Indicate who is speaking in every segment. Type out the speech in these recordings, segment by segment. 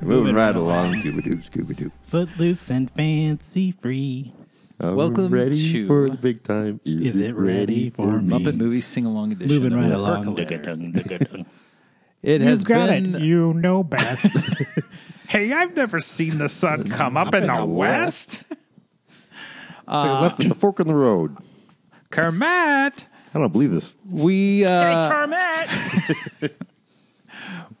Speaker 1: Moving right along, Scooby Doo, Scooby Doo.
Speaker 2: Footloose and fancy free.
Speaker 1: Are we
Speaker 3: Welcome
Speaker 1: ready
Speaker 3: to-
Speaker 1: for the big time?
Speaker 2: Is it ready for me?
Speaker 3: Muppet Movie Sing Along Edition.
Speaker 2: Moving
Speaker 3: of
Speaker 2: right
Speaker 3: the
Speaker 2: along.
Speaker 3: Percolator.
Speaker 2: Dicka-dung, dicka-dung.
Speaker 3: It has
Speaker 4: You've got
Speaker 3: been
Speaker 4: it. You know best. hey, I've never seen the sun come up in the west.
Speaker 1: They
Speaker 2: Uh,
Speaker 1: left at the fork in the road.
Speaker 3: Kermit.
Speaker 1: I don't believe this.
Speaker 3: We
Speaker 4: hey,
Speaker 3: uh,
Speaker 4: Kermit.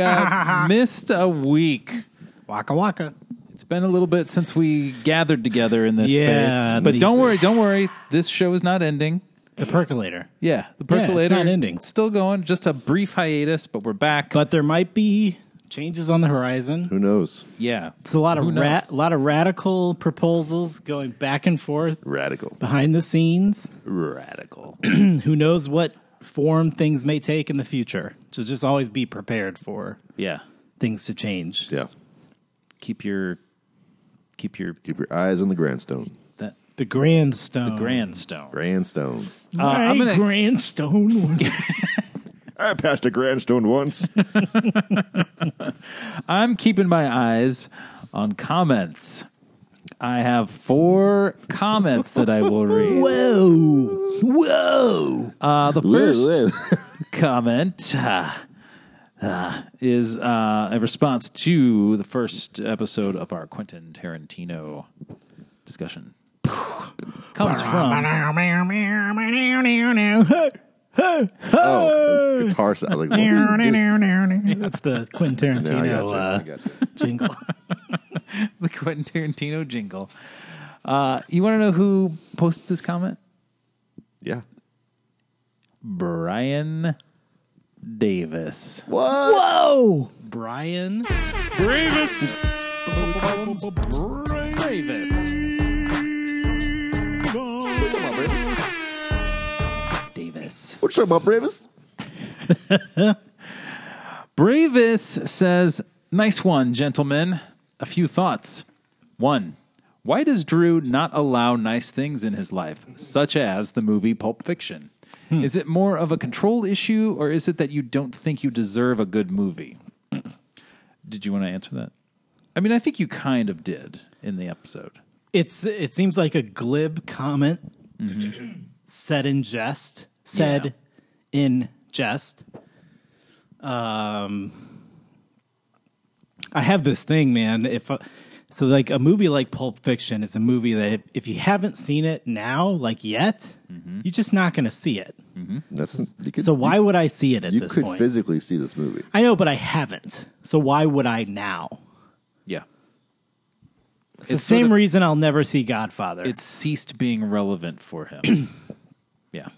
Speaker 3: uh, missed a week.
Speaker 4: Waka waka.
Speaker 3: It's been a little bit since we gathered together in this
Speaker 2: Yeah,
Speaker 3: space. But
Speaker 2: these-
Speaker 3: don't worry, don't worry. This show is not ending.
Speaker 2: the percolator.
Speaker 3: Yeah, the
Speaker 2: Yeah, it's
Speaker 3: percolator
Speaker 2: not ending.
Speaker 3: Still going. Just a brief hiatus, but we're back.
Speaker 2: But there might be changes on the horizon.
Speaker 1: Who knows?
Speaker 3: yeah,
Speaker 2: It's a lot
Speaker 3: Who
Speaker 2: of
Speaker 3: knows?
Speaker 2: ra- a lot of radical proposals going back and forth
Speaker 1: Radical.
Speaker 2: behind the scenes. Hmm,
Speaker 3: radical.
Speaker 2: Who knows what form things may take in the future? So just always be prepared for
Speaker 3: yeah,
Speaker 2: things to change.
Speaker 1: Yeah.
Speaker 3: keep your keep your
Speaker 1: Keep your eyes on the grandstone.
Speaker 3: that
Speaker 2: The grandstone.
Speaker 3: grandstone.
Speaker 1: Grandstone.
Speaker 3: Uh, I'm gonna
Speaker 2: grandstone.
Speaker 1: I passed a grandstone once.
Speaker 3: I'm keeping my eyes on comments. I have four comments that I will read.
Speaker 2: Whoa. Whoa.
Speaker 3: Uh, the first
Speaker 1: Whoa, whoa.
Speaker 3: comment uh, uh, is uh, a response to the first episode of our Quentin Tarantino discussion. Comes from
Speaker 1: oh, it's guitar sound. Like,
Speaker 2: That's the Quentin
Speaker 1: Yeah, I got you.
Speaker 2: Tarantino
Speaker 1: I
Speaker 2: uh,
Speaker 1: got
Speaker 2: jingle.
Speaker 3: the Quentin Tarantino jingle. Uh, you want to know who posted this comment?
Speaker 1: Yeah.
Speaker 3: Brian Davis.
Speaker 2: Whoa. Brian.
Speaker 3: Davis. Davis.
Speaker 1: What's up, my bravest?
Speaker 3: Bravis says, Nice one, gentlemen. A few thoughts. One, why does Drew not allow nice things in his life, such as the movie Pulp Fiction? Is it more of a control issue, or is it that you don't think you deserve a good movie? did you want to answer that? I mean, I think you kind of did in the episode.
Speaker 2: It's it seems like a glib comment
Speaker 1: Mm-hmm.
Speaker 2: said in jest, said in jest. Um I have this thing, man, if uh, so like a movie like Pulp Fiction is a movie that if, if you haven't seen it now, like yet, you're just not going to see it.
Speaker 1: That's, Mm-hmm. you could,
Speaker 2: So why would I see it at
Speaker 1: you
Speaker 2: this
Speaker 1: could
Speaker 2: point?
Speaker 1: physically see this movie.
Speaker 2: I know, but I haven't. So why would I now?
Speaker 3: Yeah.
Speaker 2: It's, the
Speaker 3: It's sort
Speaker 2: same
Speaker 3: of-
Speaker 2: reason I'll never see Godfather.
Speaker 3: It ceased being relevant for him. yeah.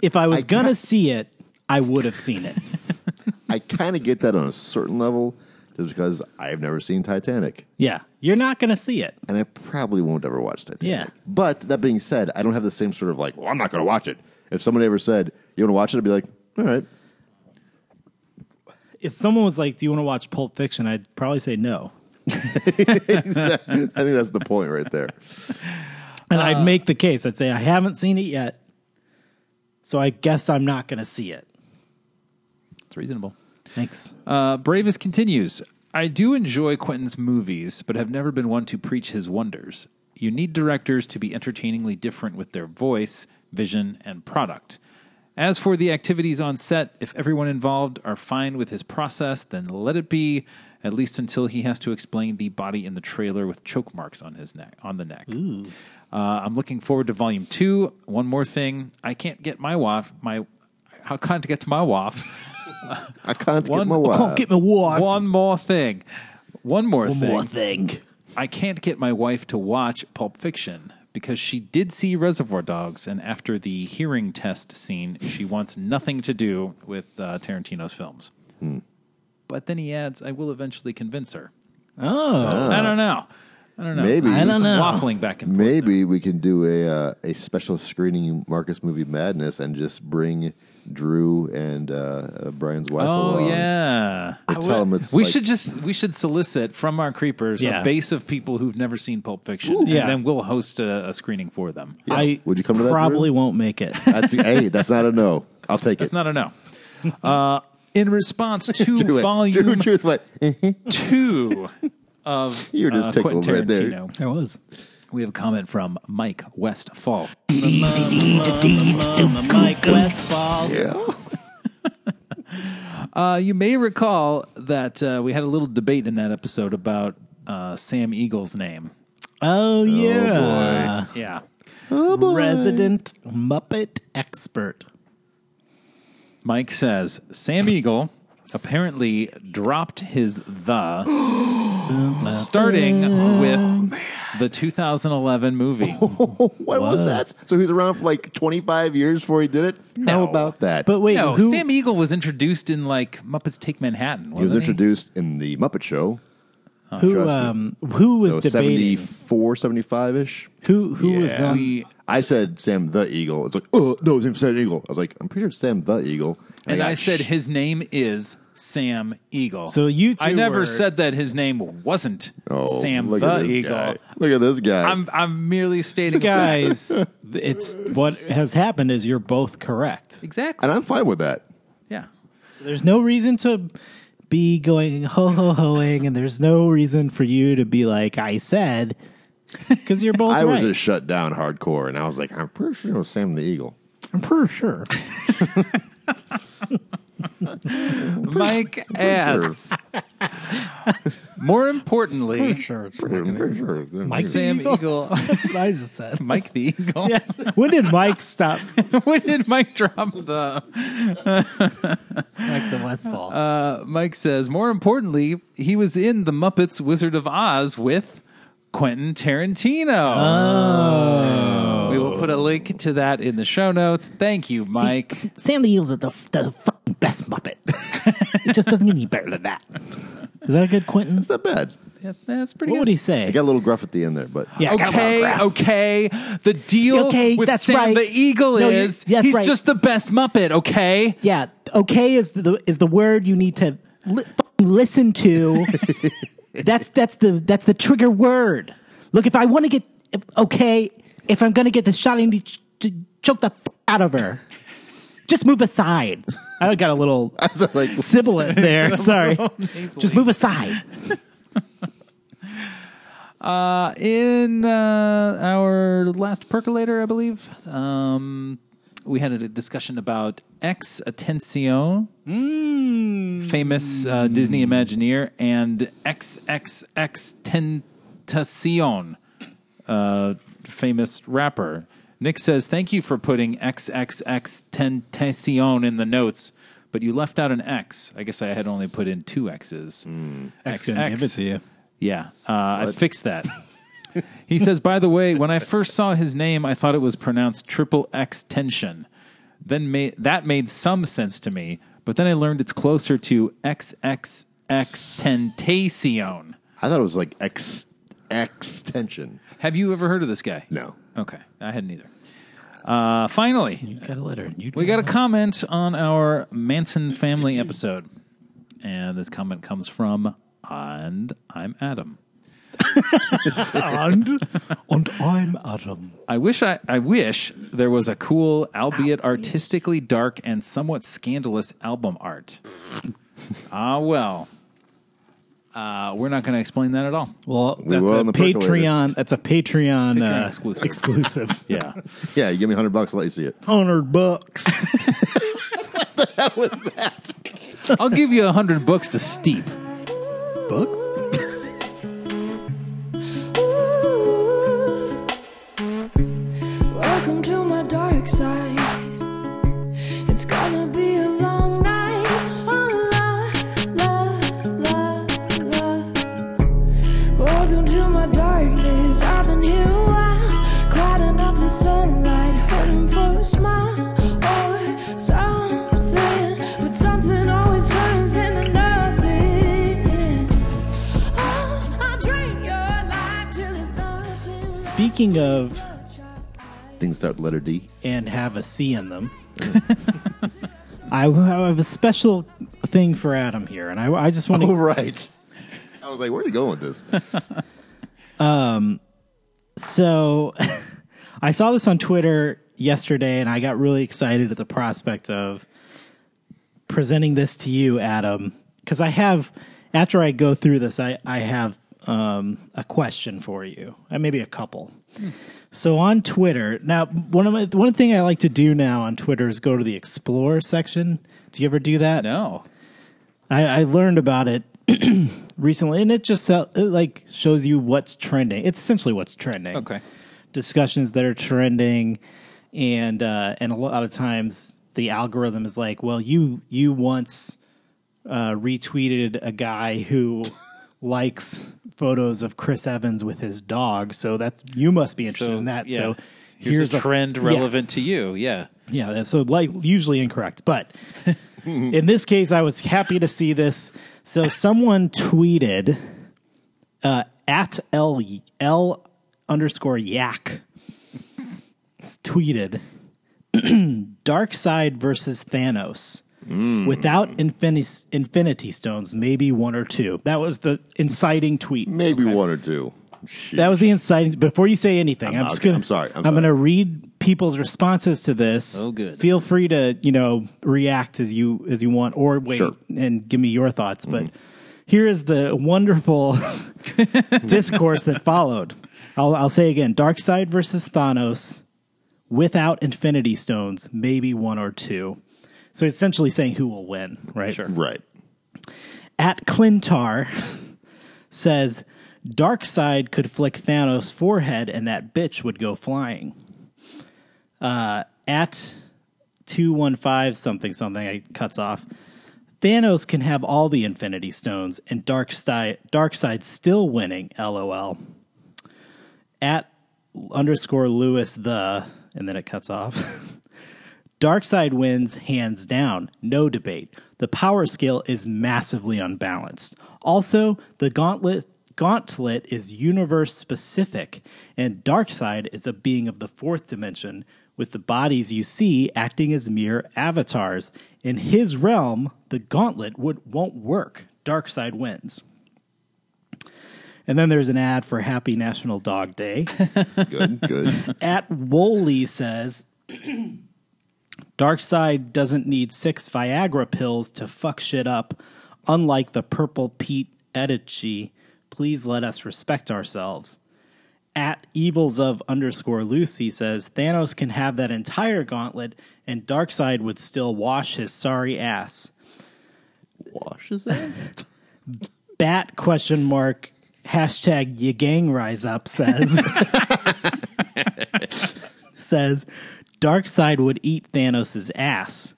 Speaker 2: if I was
Speaker 1: I
Speaker 2: gonna
Speaker 1: got-
Speaker 2: see it, I would have seen it.
Speaker 1: I kind of get that on a certain level just because I've never seen Titanic.
Speaker 2: Yeah, you're not gonna see it.
Speaker 1: and I probably won't ever watch Titanic.
Speaker 2: Yeah.
Speaker 1: But that being said, I don't have the same sort of like, well, I'm not going to watch it. If someone ever said, you want to watch it, I'd be like, all right.
Speaker 2: If someone was like, "Do you want to watch Pulp Fiction?" I'd probably say no,
Speaker 1: I think that's the point right there.
Speaker 2: and I'd make the case. I'd say I haven't seen it yet, so I guess I'm not gonna see it.
Speaker 3: It's reasonable.
Speaker 2: Thanks.
Speaker 3: Uh, Bravis continues I do enjoy Quentin's movies, but have never been one to preach his wonders. You need directors to be entertainingly different with their voice, vision, and product. As for the activities on set, if everyone involved are fine with his process, then let it be, at least until he has to explain the body in the trailer with choke marks on his neck on the neck. Uh, I'm looking forward to volume two. One more thing, I can't get my waff my how can't get to my waff.
Speaker 1: I can't
Speaker 3: One- Oh,
Speaker 1: get my wife.
Speaker 2: Can't get my wife.
Speaker 3: One more thing. One more
Speaker 2: One
Speaker 3: thing.
Speaker 2: more thing.
Speaker 3: I can't get my wife to watch Pulp Fiction because she did see Reservoir Dogs, and after the hearing test scene, she wants nothing to do with uh, Tarantino's films.
Speaker 1: Hmm.
Speaker 3: But then he adds, I will eventually convince her.
Speaker 2: Oh,
Speaker 3: I don't know. I don't know.
Speaker 1: Maybe. I
Speaker 3: There's
Speaker 2: don't
Speaker 3: some
Speaker 2: know.
Speaker 3: waffling back and forth.
Speaker 1: Maybe we can do a uh, a special screening Marcus movie madness and just bring Drew and uh, uh, Brian's wife
Speaker 3: Oh
Speaker 1: along.
Speaker 3: yeah.
Speaker 1: Or tell them it's
Speaker 3: we
Speaker 1: like-
Speaker 3: should just we should solicit from our creepers
Speaker 2: Yeah.
Speaker 3: a base of people who've never seen Pulp Fiction, and
Speaker 2: Yeah.
Speaker 3: then we'll host a, a screening for them.
Speaker 1: Yeah.
Speaker 2: I
Speaker 1: Would you come to that,
Speaker 2: Probably won't make it.
Speaker 1: That's, hey, that's not a no. I'll take
Speaker 3: That's
Speaker 1: it.
Speaker 3: not a no. Uh, in response to
Speaker 1: Drew went-
Speaker 3: volume
Speaker 1: Drew, Drew's like,
Speaker 3: two of
Speaker 1: You were just
Speaker 3: uh,
Speaker 1: tickled
Speaker 3: Quentin
Speaker 1: right there.
Speaker 3: Tarantino.
Speaker 2: I was.
Speaker 3: We have a comment from Mike Westfall.
Speaker 2: Mike Westfall.
Speaker 1: yeah.
Speaker 3: Uh, you may recall that uh, we had a little debate in that episode about uh, Sam Eagle's name.
Speaker 2: Oh yeah,
Speaker 3: Yeah.
Speaker 2: resident Muppet expert.
Speaker 3: Mike says Sam Eagle apparently dropped his the
Speaker 1: Oh,
Speaker 3: starting with the 2011 movie.
Speaker 1: What was that? So he was around for like 25 years before he did it? How
Speaker 3: No.
Speaker 1: about that?
Speaker 2: But wait,
Speaker 3: no,
Speaker 2: who?
Speaker 3: Sam Eagle was introduced in like Muppets Take Manhattan.
Speaker 1: he was
Speaker 3: wasn't
Speaker 1: introduced in The Muppet Show.
Speaker 2: who?
Speaker 1: trust me.
Speaker 2: Um, who was
Speaker 1: So
Speaker 2: debating?
Speaker 1: 74, 75 ish.
Speaker 2: Who? Who was?
Speaker 1: Yeah.
Speaker 2: Um,
Speaker 3: We-
Speaker 1: I said Sam the Eagle. It's like, oh, no, it's Sam the Eagle. I was like, I'm pretty sure it's Sam the Eagle.
Speaker 3: And
Speaker 1: got
Speaker 3: I said
Speaker 1: sh-
Speaker 3: his name is Sam Eagle.
Speaker 2: So you two
Speaker 3: I never
Speaker 2: were-
Speaker 3: said that his name wasn't
Speaker 1: oh,
Speaker 3: Sam
Speaker 1: look
Speaker 3: the
Speaker 1: at this
Speaker 3: Eagle.
Speaker 1: guy. Look at this guy.
Speaker 3: I'm I'm merely stating a fact.
Speaker 2: guys, it's what has happened is you're both correct.
Speaker 3: Exactly.
Speaker 1: and I'm fine with that.
Speaker 3: Yeah.
Speaker 2: There's no reason to be going ho ho hoing, and there's no reason for you to be like I said, because you're both
Speaker 1: I was
Speaker 2: right.
Speaker 1: just shut down hardcore, and I was like, I'm pretty sure it was Sam the Eagle.
Speaker 2: I'm pretty sure.
Speaker 3: Mike adds. More importantly,
Speaker 2: sure.
Speaker 1: I'm pretty sure. it was Sam the Eagle.
Speaker 3: Sam
Speaker 2: Eagle.
Speaker 3: Eagle,
Speaker 2: That's what I just said.
Speaker 3: Mike the Eagle.
Speaker 2: Yeah. When did Mike stop
Speaker 3: when did Mike drop the?
Speaker 2: like the Westfall?
Speaker 3: Uh, Mike says. More importantly, he was in the Muppets Wizard of Oz with Quentin Tarantino. Oh. We will put a link to that in the show notes. Thank you, Mike.
Speaker 2: S- Sam the Eagle's the, the fucking best Muppet. it just doesn't get any better than that. Is that a good Quentin?
Speaker 1: It's not bad.
Speaker 3: Yeah, that's pretty
Speaker 2: What
Speaker 3: good.
Speaker 2: would he
Speaker 1: I
Speaker 2: say?
Speaker 1: got a little gruff at the end there, but
Speaker 2: Yeah, come on,
Speaker 3: okay,
Speaker 2: Raph.
Speaker 3: okay. The deal
Speaker 2: Okay,
Speaker 3: with
Speaker 2: that's
Speaker 3: Sam
Speaker 2: right.
Speaker 3: the Eagle
Speaker 2: No, you-
Speaker 3: is
Speaker 2: that's
Speaker 3: he's
Speaker 2: right.
Speaker 3: just the best Muppet, okay?
Speaker 2: Yeah, okay is the is the word you need to li- fucking listen to. that's that's the that's the trigger word. Look, if I want to get if, okay, if I'm gonna get the shot, I need to ch- to choke the fuck out of her. Just move aside. I got a little
Speaker 1: So, like,
Speaker 2: sibilant there. Sorry, just move aside.
Speaker 3: Uh, in uh, our last percolator, I believe, um, we had a discussion about Ex Attention, famous uh, Disney Imagineer, and XXX Tentacion, uh, famous rapper. Nick says, Thank you for putting XXX Tentacion in the notes, but you left out an X. I guess I had only put in two X's.
Speaker 2: you.
Speaker 3: Yeah, uh, I fixed that. he says, by the way, when I first saw his name, I thought it was pronounced triple X tension. Then ma- that made some sense to me, but then I learned it's closer to XXX tentacion.
Speaker 1: I thought it was like ex extension.
Speaker 3: Have you ever heard of this guy?
Speaker 1: No.
Speaker 3: Okay, I hadn't either. Uh, finally,
Speaker 2: You got a letter. You
Speaker 3: we got a comment on our Manson family episode, and this comment comes from and I'm Adam.
Speaker 2: and and I'm Adam.
Speaker 3: I wish I, I wish there was a cool, albeit artistically dark and somewhat scandalous album art. ah well. Uh, we're not going to explain that at all.
Speaker 2: Well,
Speaker 1: We
Speaker 2: that's
Speaker 1: will
Speaker 2: a
Speaker 1: on the percolator.
Speaker 2: Patreon. That's a Patreon,
Speaker 3: Patreon
Speaker 2: uh,
Speaker 3: exclusive.
Speaker 2: Exclusive.
Speaker 3: Yeah.
Speaker 1: Yeah, you give me hundred bucks, I'll let you see it.
Speaker 2: Hundred bucks.
Speaker 3: I'll give you a hundred bucks to steep.
Speaker 2: Bucks.
Speaker 5: Welcome to my dark side. It's gonna be a long night. Oh la la la la. Welcome to my darkness. I've been here a while, clouding up the sunlight, hurting for a smile or something. But something always turns into nothing. Oh, I'll drain your life till there's nothing left.
Speaker 2: Speaking of
Speaker 1: Things start with letter D.
Speaker 2: and have a C in them, I w- I have a special thing for Adam here, and I, I just want to
Speaker 1: Oh right. I was like, where's he going with this?
Speaker 2: So I saw this on Twitter yesterday and I got really excited at the prospect of presenting this to you, Adam, because I have after I go through this, I I have um, a question for you, and maybe a couple. So on Twitter now, one of my one thing I like to do now on Twitter is go to the explore section. Do you ever do that?
Speaker 3: No.
Speaker 2: I, I learned about it recently, and it just uh, it like shows you what's trending. It's essentially what's trending.
Speaker 3: Okay.
Speaker 2: discussions that are trending, and uh, and a lot of times the algorithm is like, well, you you once uh, retweeted a guy who likes photos of Chris Evans with his dog, so that's you must be interested in that. So
Speaker 3: here's, a trend
Speaker 2: yeah.
Speaker 3: relevant to you. Yeah.
Speaker 2: Yeah, that's so like usually incorrect, but in this case, I was happy to see this. So someone tweeted uh, at l l underscore yak It's tweeted Dark Side versus Thanos. Without infini- infinity stones, maybe one or two. That was the inciting tweet.
Speaker 1: Maybe one or two. Shoot.
Speaker 2: That was the inciting. Before you say anything, I'm,
Speaker 1: I'm-
Speaker 2: just gonna.
Speaker 1: I'm sorry, I'm
Speaker 2: gonna
Speaker 1: sorry.
Speaker 2: read people's responses to this.
Speaker 3: Oh, good.
Speaker 2: Feel free to you know react as you as you want, or wait
Speaker 1: Sure. Mm-hmm.
Speaker 2: and give me your thoughts. But here is the wonderful discourse that followed. I'll, I'll say again: Dark Side versus Thanos. Without Infinity Stones, maybe one or two. So essentially saying who will win, right? Sure
Speaker 1: right.
Speaker 2: at Clintar says Darkseid could flick Thanos' forehead and that bitch would go flying. Uh, at 215 something something, it cuts off. Thanos can have all the Infinity Stones and Darkseid, Darkseid still winning, lol. At underscore Lewis the, and then it cuts off. Darkseid wins hands down, no debate. The power scale is massively unbalanced. Also, the gauntlet gauntlet is universe specific, and Darkseid is a being of the fourth dimension, with the bodies you see acting as mere avatars. In his realm, the gauntlet would won't work. Darkseid wins. And then there's an ad for Happy National Dog Day
Speaker 1: Good, good.
Speaker 2: at Woley says Darkseid doesn't need six Viagra pills to fuck shit up, unlike the purple Pete Edichi. Please let us respect ourselves. At evils of underscore Lucy says Thanos can have that entire gauntlet and Darkseid would still wash his sorry ass.
Speaker 1: Wash his ass.
Speaker 2: Bat question mark hashtag ya gang rise up says says Darkseid would eat Thanos' ass.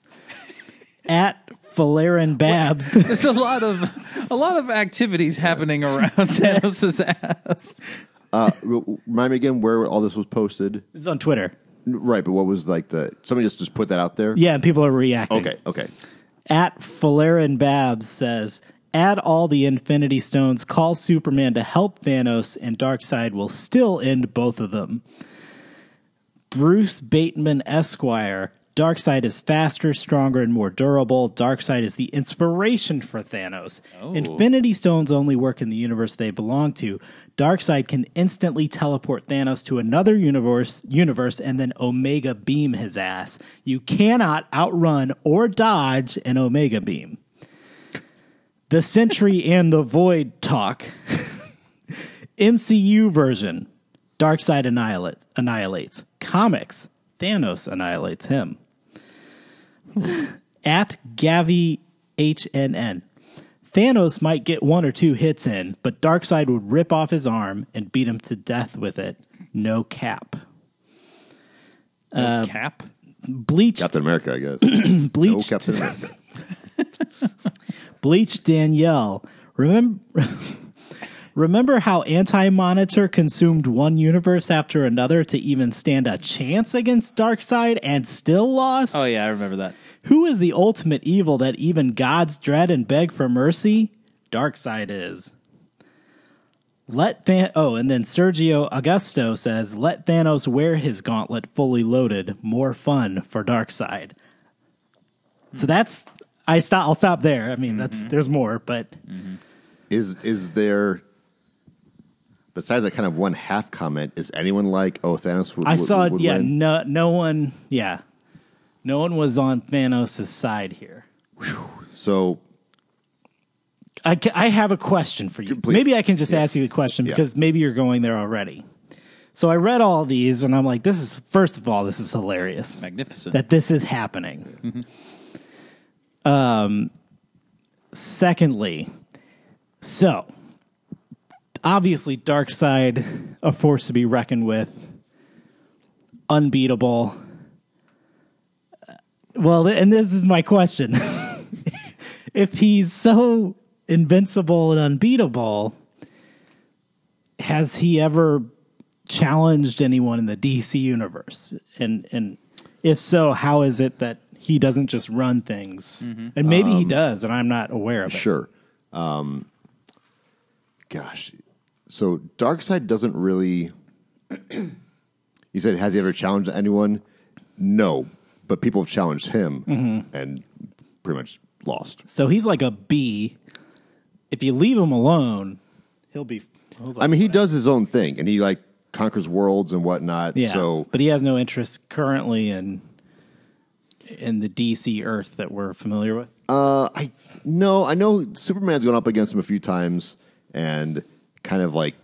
Speaker 2: At Falarin Babs
Speaker 3: There's a lot of a lot of activities happening around Thanos' ass.
Speaker 1: Uh, re- remind me again where all this was posted.
Speaker 2: is on Twitter.
Speaker 1: Right, but what was like the somebody just just put that out there?
Speaker 2: Yeah, and people are reacting.
Speaker 1: Okay, okay.
Speaker 2: At Falarin Babs says, add all the Infinity Stones, call Superman to help Thanos, and Darkseid will still end both of them. Bruce Bateman Esquire, Darkseid is faster, stronger, and more durable. Darkseid is the inspiration for Thanos. Infinity Stones only work in the universe they belong to. Darkseid can instantly teleport Thanos to another universe, universe and then Omega beam his ass. You cannot outrun or dodge an Omega beam. The Sentry and the Void talk. MCU version. Darkseid annihilate, annihilates. Comics. Thanos annihilates him. At Gavi HNN. Thanos might get one or two hits in, but Darkseid would rip off his arm and beat him to death with it. No cap.
Speaker 3: Cap.
Speaker 2: Bleach
Speaker 1: Captain America, I guess.
Speaker 2: Bleach
Speaker 1: no Captain America.
Speaker 2: Bleach Danielle. Remember, remember how Anti Monitor consumed one universe after another to even stand a chance against Darkseid and still lost?
Speaker 3: Oh yeah, I remember that.
Speaker 2: Who is the ultimate evil that even gods dread and beg for mercy? Darkseid is. Let Than- oh, and then Sergio Augusto says, "Let Thanos wear his gauntlet fully loaded. More fun for Darkseid."
Speaker 1: Hmm.
Speaker 2: So that's I stop. I'll stop there. I mean,
Speaker 1: Mm-hmm.
Speaker 2: that's there's more, but
Speaker 1: Is is there besides that kind of one half comment, is anyone like, oh Thanos would
Speaker 2: I
Speaker 1: would-
Speaker 2: saw.
Speaker 1: would
Speaker 2: yeah,
Speaker 1: win?
Speaker 2: no, no one. Yeah, no one was on Thanos' side here.
Speaker 1: So
Speaker 2: I, ca- I have a question for you.
Speaker 1: Please.
Speaker 2: Maybe I can just
Speaker 1: Yes.
Speaker 2: ask you the question
Speaker 1: Yeah.
Speaker 2: because maybe you're going there already. So I read all these and I'm like, this is, first of all, this is hilarious
Speaker 3: Magnificent.
Speaker 2: that this is happening. Um,
Speaker 1: Mm-hmm.
Speaker 2: secondly, so obviously, Dark Side, a force to be reckoned with, unbeatable. Well, and this is my question. if he's so invincible and unbeatable, has he ever challenged anyone in the DC universe? And and if so, how is it that he doesn't just run things? And maybe he does, and I'm not aware of it.
Speaker 1: Mm-hmm. Um, Sure. Um, gosh. So Darkseid doesn't really. you said, has he ever challenged anyone? No, but people have challenged him and pretty much lost.
Speaker 2: So he's like a bee. If you leave him alone, he'll be. he'll
Speaker 1: I mean, he does his own thing and he like conquers worlds and whatnot.
Speaker 2: Yeah,
Speaker 1: So
Speaker 2: but he has no interest currently in in the DC Earth that we're familiar with.
Speaker 1: Uh, I no, I know Superman's gone up against him a few times and kind of like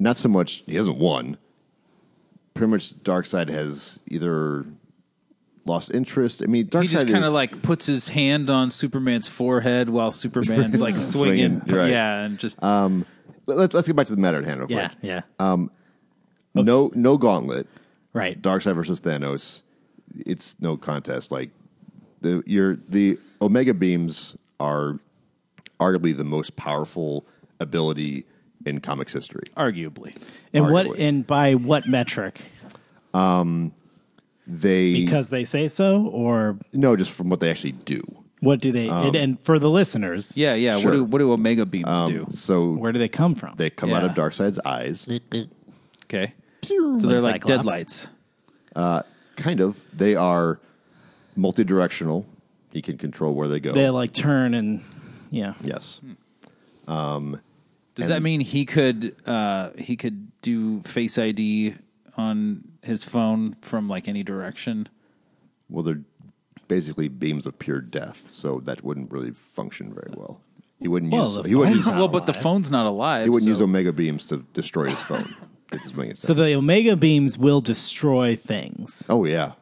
Speaker 1: not so much he hasn't won. Pretty much Darkseid has either lost interest. I mean Darkseid
Speaker 3: he just kind
Speaker 1: is-
Speaker 3: of like puts his hand on Superman's forehead while Superman's like swinging,
Speaker 1: Swinging, right. Uh,
Speaker 3: yeah, and just
Speaker 1: let's let's get back to the matter at hand real
Speaker 2: yeah,
Speaker 1: quick.
Speaker 2: yeah,
Speaker 1: No no gauntlet.
Speaker 2: right.
Speaker 1: Darkseid versus Thanos. It's no contest. Like the your the Omega beams are arguably the most powerful ability in comics history.
Speaker 3: arguably.
Speaker 2: and what
Speaker 1: arguably.
Speaker 2: and by what metric?
Speaker 1: They
Speaker 2: Because they say so, or
Speaker 1: no, just from what they actually do.
Speaker 2: what do they? and, and for the listeners,
Speaker 3: Yeah, yeah.
Speaker 1: Sure. Um,
Speaker 3: What do what do Omega beams do?
Speaker 1: So
Speaker 2: where do they come from?
Speaker 1: they come out of
Speaker 3: Yeah.
Speaker 1: Darkseid's eyes.
Speaker 3: Okay, so they're like
Speaker 2: Cyclops.
Speaker 3: deadlights.
Speaker 1: Kind of. They are multi-directional. He can control where they go.
Speaker 2: They like turn and yeah.
Speaker 1: yes.
Speaker 3: Does
Speaker 1: And-
Speaker 3: that mean he could uh, he could do Face ID on his phone from like any direction?
Speaker 1: Well, they're basically beams of pure death, so that wouldn't really function very well. He wouldn't
Speaker 2: Well,
Speaker 1: use
Speaker 2: the
Speaker 1: he wouldn't
Speaker 2: phone's
Speaker 1: use,
Speaker 2: not
Speaker 3: well, but the
Speaker 2: alive.
Speaker 3: phone's not alive.
Speaker 1: he wouldn't
Speaker 3: so-
Speaker 1: use omega beams to destroy his phone. it doesn't make any
Speaker 2: So
Speaker 1: sense.
Speaker 2: the omega beams will destroy things.
Speaker 1: oh yeah,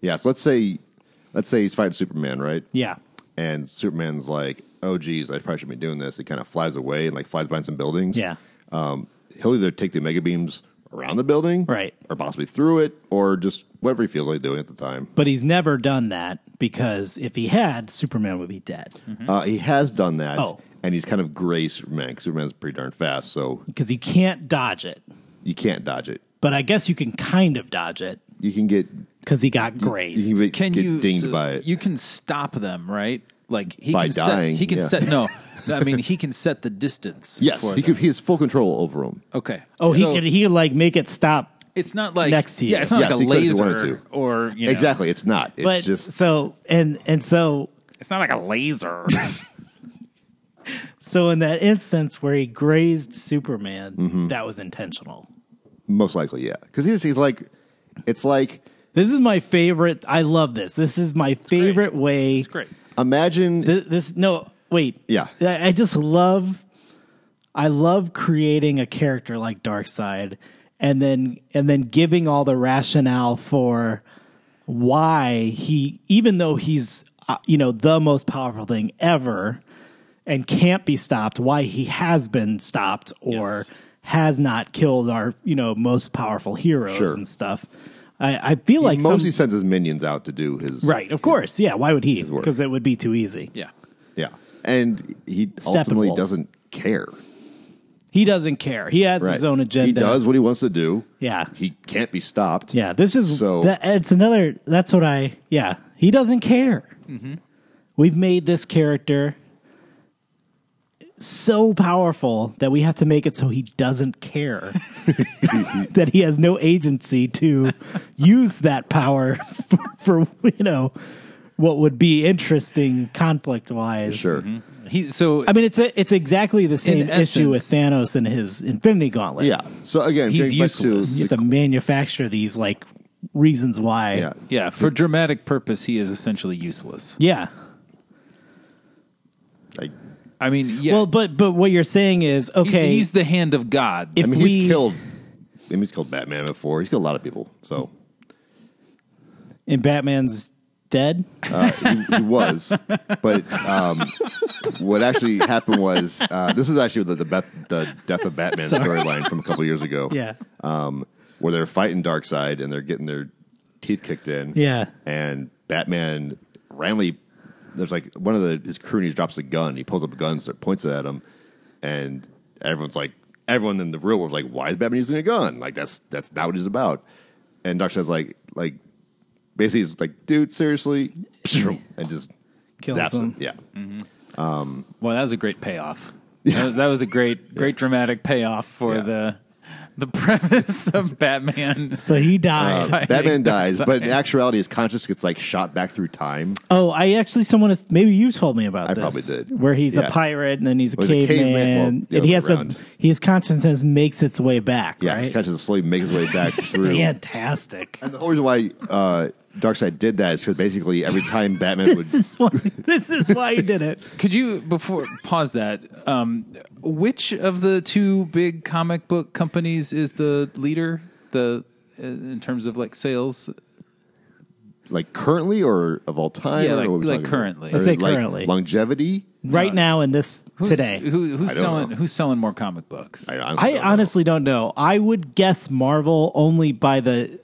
Speaker 1: yeah. So let's say let's say he's fighting Superman, right?
Speaker 2: Yeah.
Speaker 1: and Superman's like, "Oh, geez, I probably shouldn't be doing this." He kind of flies away and like flies behind some buildings.
Speaker 2: Yeah.
Speaker 1: um, he'll either take the mega beams around the building,
Speaker 2: Right.
Speaker 1: or possibly through it, or just whatever he feels like doing at the time.
Speaker 2: But he's never done that because if he had, Superman would be dead
Speaker 1: Uh, he has done that,
Speaker 2: Mm-hmm. Oh.
Speaker 1: and he's kind of gray Superman. 'cause Superman's pretty darn fast, so
Speaker 2: because you can't dodge it.
Speaker 1: you can't dodge it.
Speaker 2: But I guess you can kind of dodge it
Speaker 1: You can get
Speaker 2: because he got
Speaker 1: you
Speaker 2: grazed.
Speaker 1: can get,
Speaker 3: can
Speaker 1: get
Speaker 3: you
Speaker 1: dinged
Speaker 3: so
Speaker 1: by it.
Speaker 3: You can stop them, right? Like he
Speaker 1: By
Speaker 3: can
Speaker 1: dying,
Speaker 3: set, he can
Speaker 1: yeah.
Speaker 3: set no. I mean, he can set the distance.
Speaker 1: yes,
Speaker 3: for
Speaker 1: he
Speaker 3: them.
Speaker 1: could. He has full control over him.
Speaker 3: Okay.
Speaker 2: oh, he
Speaker 3: So
Speaker 2: could he could like make it stop.
Speaker 3: It's not like
Speaker 2: Next to you.
Speaker 3: Yeah, it's not
Speaker 1: Yes,
Speaker 3: like a
Speaker 1: he could if he wanted
Speaker 3: laser
Speaker 1: to.
Speaker 3: or you know,
Speaker 1: Exactly, it's not. It's
Speaker 2: But
Speaker 1: just
Speaker 2: so and and so
Speaker 4: It's not like a laser.
Speaker 2: so in that instance where he grazed Superman, that was intentional.
Speaker 1: most likely, yeah, because he's, he's like, it's like
Speaker 2: This is my favorite. I love this. This is my favorite way. It's
Speaker 4: Great.
Speaker 1: imagine
Speaker 2: This, no wait.
Speaker 1: Yeah.
Speaker 2: I, I just love. I love creating a character like Darkseid, and then and then giving all the rationale for why he, even though he's uh, you know the most powerful thing ever, and can't be stopped, why he has been stopped or
Speaker 3: Yes.
Speaker 2: has not killed our you know most powerful heroes
Speaker 1: Sure.
Speaker 2: and stuff. I, I feel like some,
Speaker 1: mostly sends his minions out to do his
Speaker 2: Right, of course. Yeah, why would he?
Speaker 1: work.
Speaker 2: Because it would be too easy.
Speaker 3: Yeah.
Speaker 1: Yeah, and he ultimately
Speaker 2: Steppenwolf.
Speaker 1: doesn't care.
Speaker 2: He doesn't care. He has
Speaker 1: Right.
Speaker 2: his own agenda.
Speaker 1: He does what he wants to do.
Speaker 2: Yeah.
Speaker 1: he can't be stopped.
Speaker 2: Yeah, this is
Speaker 1: So-
Speaker 2: that, it's another. That's what I. Yeah, he doesn't care. We've made this character so powerful that we have to make it so he doesn't care that he has no agency to use that power for, for you know what would be interesting conflict wise.
Speaker 1: sure.
Speaker 3: He so
Speaker 2: I mean, it's a, it's exactly the same issue with Thanos and his Infinity Gauntlet.
Speaker 1: Yeah. So again,
Speaker 3: He's
Speaker 1: going back to
Speaker 3: useless.
Speaker 2: you have to manufacture these like reasons why.
Speaker 1: yeah,
Speaker 3: yeah, for dramatic purpose, he is essentially useless.
Speaker 2: yeah.
Speaker 3: I mean, yeah.
Speaker 2: Well, but but what you're saying is
Speaker 3: he's,
Speaker 2: okay.
Speaker 3: he's the hand of God.
Speaker 2: if
Speaker 1: I mean,
Speaker 2: we
Speaker 1: he's killed. I mean, he's killed Batman before. He's killed a lot of people. So
Speaker 2: and Batman's dead,
Speaker 1: uh, he, he was. But um, what actually happened was uh, this is actually the the, Beth- the death of Batman storyline from a couple years ago.
Speaker 2: Yeah.
Speaker 1: um, where they're fighting Darkseid and they're getting their teeth kicked in.
Speaker 2: Yeah.
Speaker 1: and Batman randomly there's like one of the his crew and he drops a gun. He pulls up a gun, so points it at him, and everyone's like, everyone in the real world's like, why is Batman using a gun? Like that's that's not what he's about. And Darkseid's like, like basically he's like, dude, seriously, and just
Speaker 2: Kills
Speaker 1: zaps
Speaker 2: him.
Speaker 1: Yeah,
Speaker 3: Well, that was a great payoff. That, that was a great, great dramatic payoff for
Speaker 1: Yeah.
Speaker 3: the the premise of Batman.
Speaker 2: so he
Speaker 1: Uh,
Speaker 2: died.
Speaker 3: Fighting
Speaker 1: Batman dies, but in
Speaker 3: Darkseid.
Speaker 1: actuality, his conscience gets like shot back through time.
Speaker 2: oh, I actually someone has, maybe you told me about.
Speaker 1: I
Speaker 2: this,
Speaker 1: probably did.
Speaker 2: Where he's
Speaker 1: Yeah.
Speaker 2: a pirate and then he's a
Speaker 1: Well, he's a
Speaker 2: caveman,
Speaker 1: caveman. Well, the
Speaker 2: and
Speaker 1: other
Speaker 2: he has
Speaker 1: way
Speaker 2: a
Speaker 1: around.
Speaker 2: his consciousness makes its way back.
Speaker 1: Yeah,
Speaker 2: right?
Speaker 1: his consciousness slowly makes his way back through.
Speaker 2: fantastic.
Speaker 1: And the whole reason why uh, Darkseid did that is because basically every time Batman would
Speaker 2: This is why. This is why he did it.
Speaker 3: Could you before pause that? Um, which of the two big comic book companies is the leader? The in terms of like sales,
Speaker 1: like currently or of all time,
Speaker 3: Yeah,
Speaker 1: or
Speaker 3: like-
Speaker 1: what are we
Speaker 3: like
Speaker 1: talking about?
Speaker 3: currently.
Speaker 1: Or,
Speaker 2: Let's say
Speaker 1: like,
Speaker 2: currently.
Speaker 1: longevity.
Speaker 2: Right now in this
Speaker 3: who's,
Speaker 2: today.
Speaker 3: who, who's
Speaker 1: I don't
Speaker 3: selling
Speaker 1: know.
Speaker 3: who's selling more comic books?
Speaker 1: honestly
Speaker 2: I
Speaker 1: don't know.
Speaker 2: honestly don't know. I would guess Marvel only by the